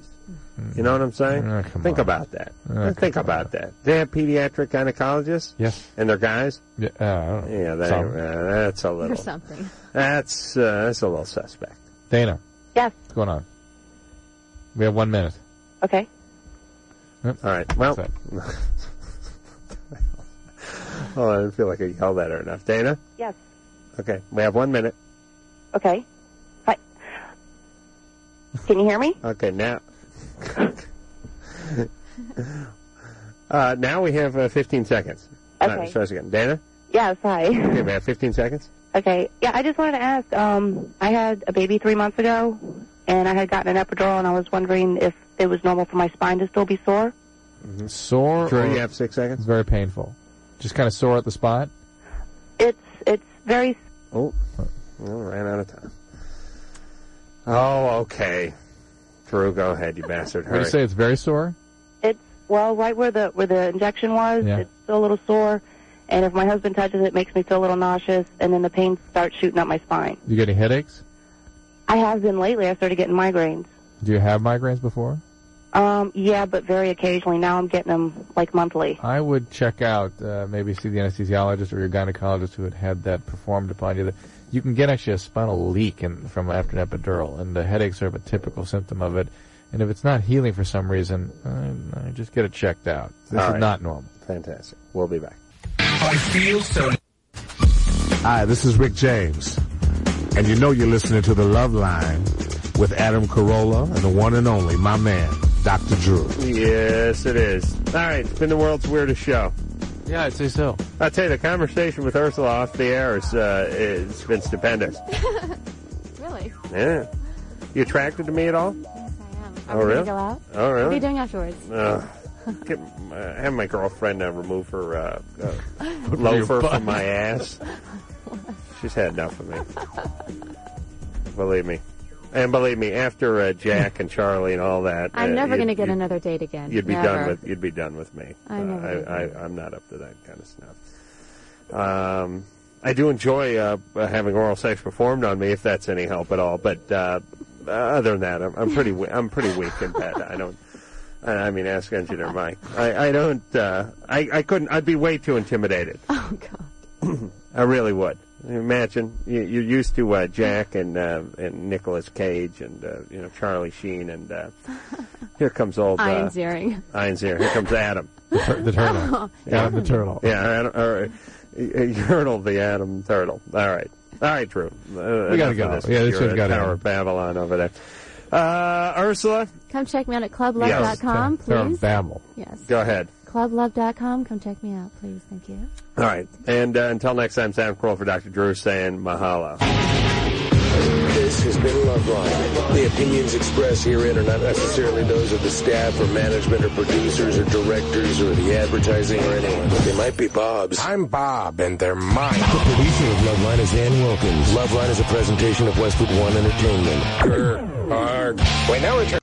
Hmm. You know what I'm saying? Ah, Think about that. Oh, Think about that. They have pediatric gynecologists. Yes. And they're guys. Yeah, uh, yeah. They, Some. uh, that's a Or little. something. That's uh, that's a little suspect. Dana, Yes. what's going on? We have one minute. Okay. All right. Well, oh, I didn't feel like I yelled at her enough. Dana. Yes. Okay, we have one minute. Okay. Hi. Can you hear me? Okay, now. uh, now we have uh, 15 seconds. Uh, Okay. start us again. Dana. Yes. Hi. Okay, we have 15 seconds. Okay. Yeah, I just wanted to ask. Um, I had a baby three months ago, and I had gotten an epidural, and I was wondering if it was normal for my spine to still be sure. Sore. mm-hmm. Sure, or- you have six seconds. It's very painful. Just kind of sore at the spot. It's it's very Oh, well, ran out of time. Oh, okay. Drew, go ahead, you bastard. What do Hurry. you say? It's very sore. It's well, right where the where the injection was. Yeah. It's still a little sore, and if my husband touches it, it makes me feel a little nauseous, and then the pain starts shooting up my spine. You get any headaches? I have been lately. I started getting migraines. Do you have migraines before? Um, yeah, but very occasionally. Now I'm getting them like monthly. I would check out, uh, maybe see the anesthesiologist or your gynecologist who had had that performed upon you. You can get actually a spinal leak in, from after an epidural, and the headaches are a typical symptom of it. And if it's not healing for some reason, uh, uh, just get it checked out. This All is right. not normal. Fantastic. We'll be back. I feel so. Hi, this is Rick James. And you know you're listening to The Love Line with Adam Carolla and the one and only, my man, Dr. Drew. Yes, it is. All right, it's been the world's weirdest show. Yeah, I'd say so. I'll tell you, the conversation with Ursula off the air is, uh, it's been stupendous. Really? Yeah. You attracted to me at all? Are Oh, we gonna really? Go out? Oh, really? What are you doing afterwards? Uh, get, uh, have my girlfriend uh, remove her uh, uh, Put it in your loafer butt. from my ass. She's had enough of me. Believe me. And believe me, after uh, Jack and Charlie and all that, I'm uh, never you'd- going to get you'd- another date again. You'd be never. done with you'd be done with me. I never Uh, did I, I, I'm not up to that kind of stuff. Um, I do enjoy uh, having oral sex performed on me, if that's any help at all. But uh, other than that, I'm, I'm pretty we- I'm pretty weak in bed. I don't. I I mean, ask engineer Mike. I, I don't. Uh, I I couldn't. I'd be way too intimidated. Oh God. I really would. Imagine you, you're used to uh, Jack and uh, and Nicolas Cage and uh, you know Charlie Sheen and uh, here comes old uh, Ian Ziering. Ian Ziering. Here comes Adam, the, turtle. Oh, Adam the turtle. Yeah, Adam, or, uh, Yertle the Adam turtle. All right, all right, Drew. Uh, We gotta enough of go. This. Yeah, this You're show's a gotta Tower end. of Babylon over there. Uh, Ursula, Come check me out at clublove.com, Yes. Sarah please. Babel. Yes. go ahead. Clublove.com. Come check me out, please. Thank you. All right, and uh, until next time, Sam Kroll for Dr. Drew saying mahalo. This has been Loveline. The opinions expressed herein are not necessarily those of the staff or management or producers or directors or the advertising or anyone. They might be Bob's. I'm Bob, and they're mine. The producer of Loveline is Ann Wilkins. Loveline is a presentation of Westwood One Entertainment. Grr, arg. When I return.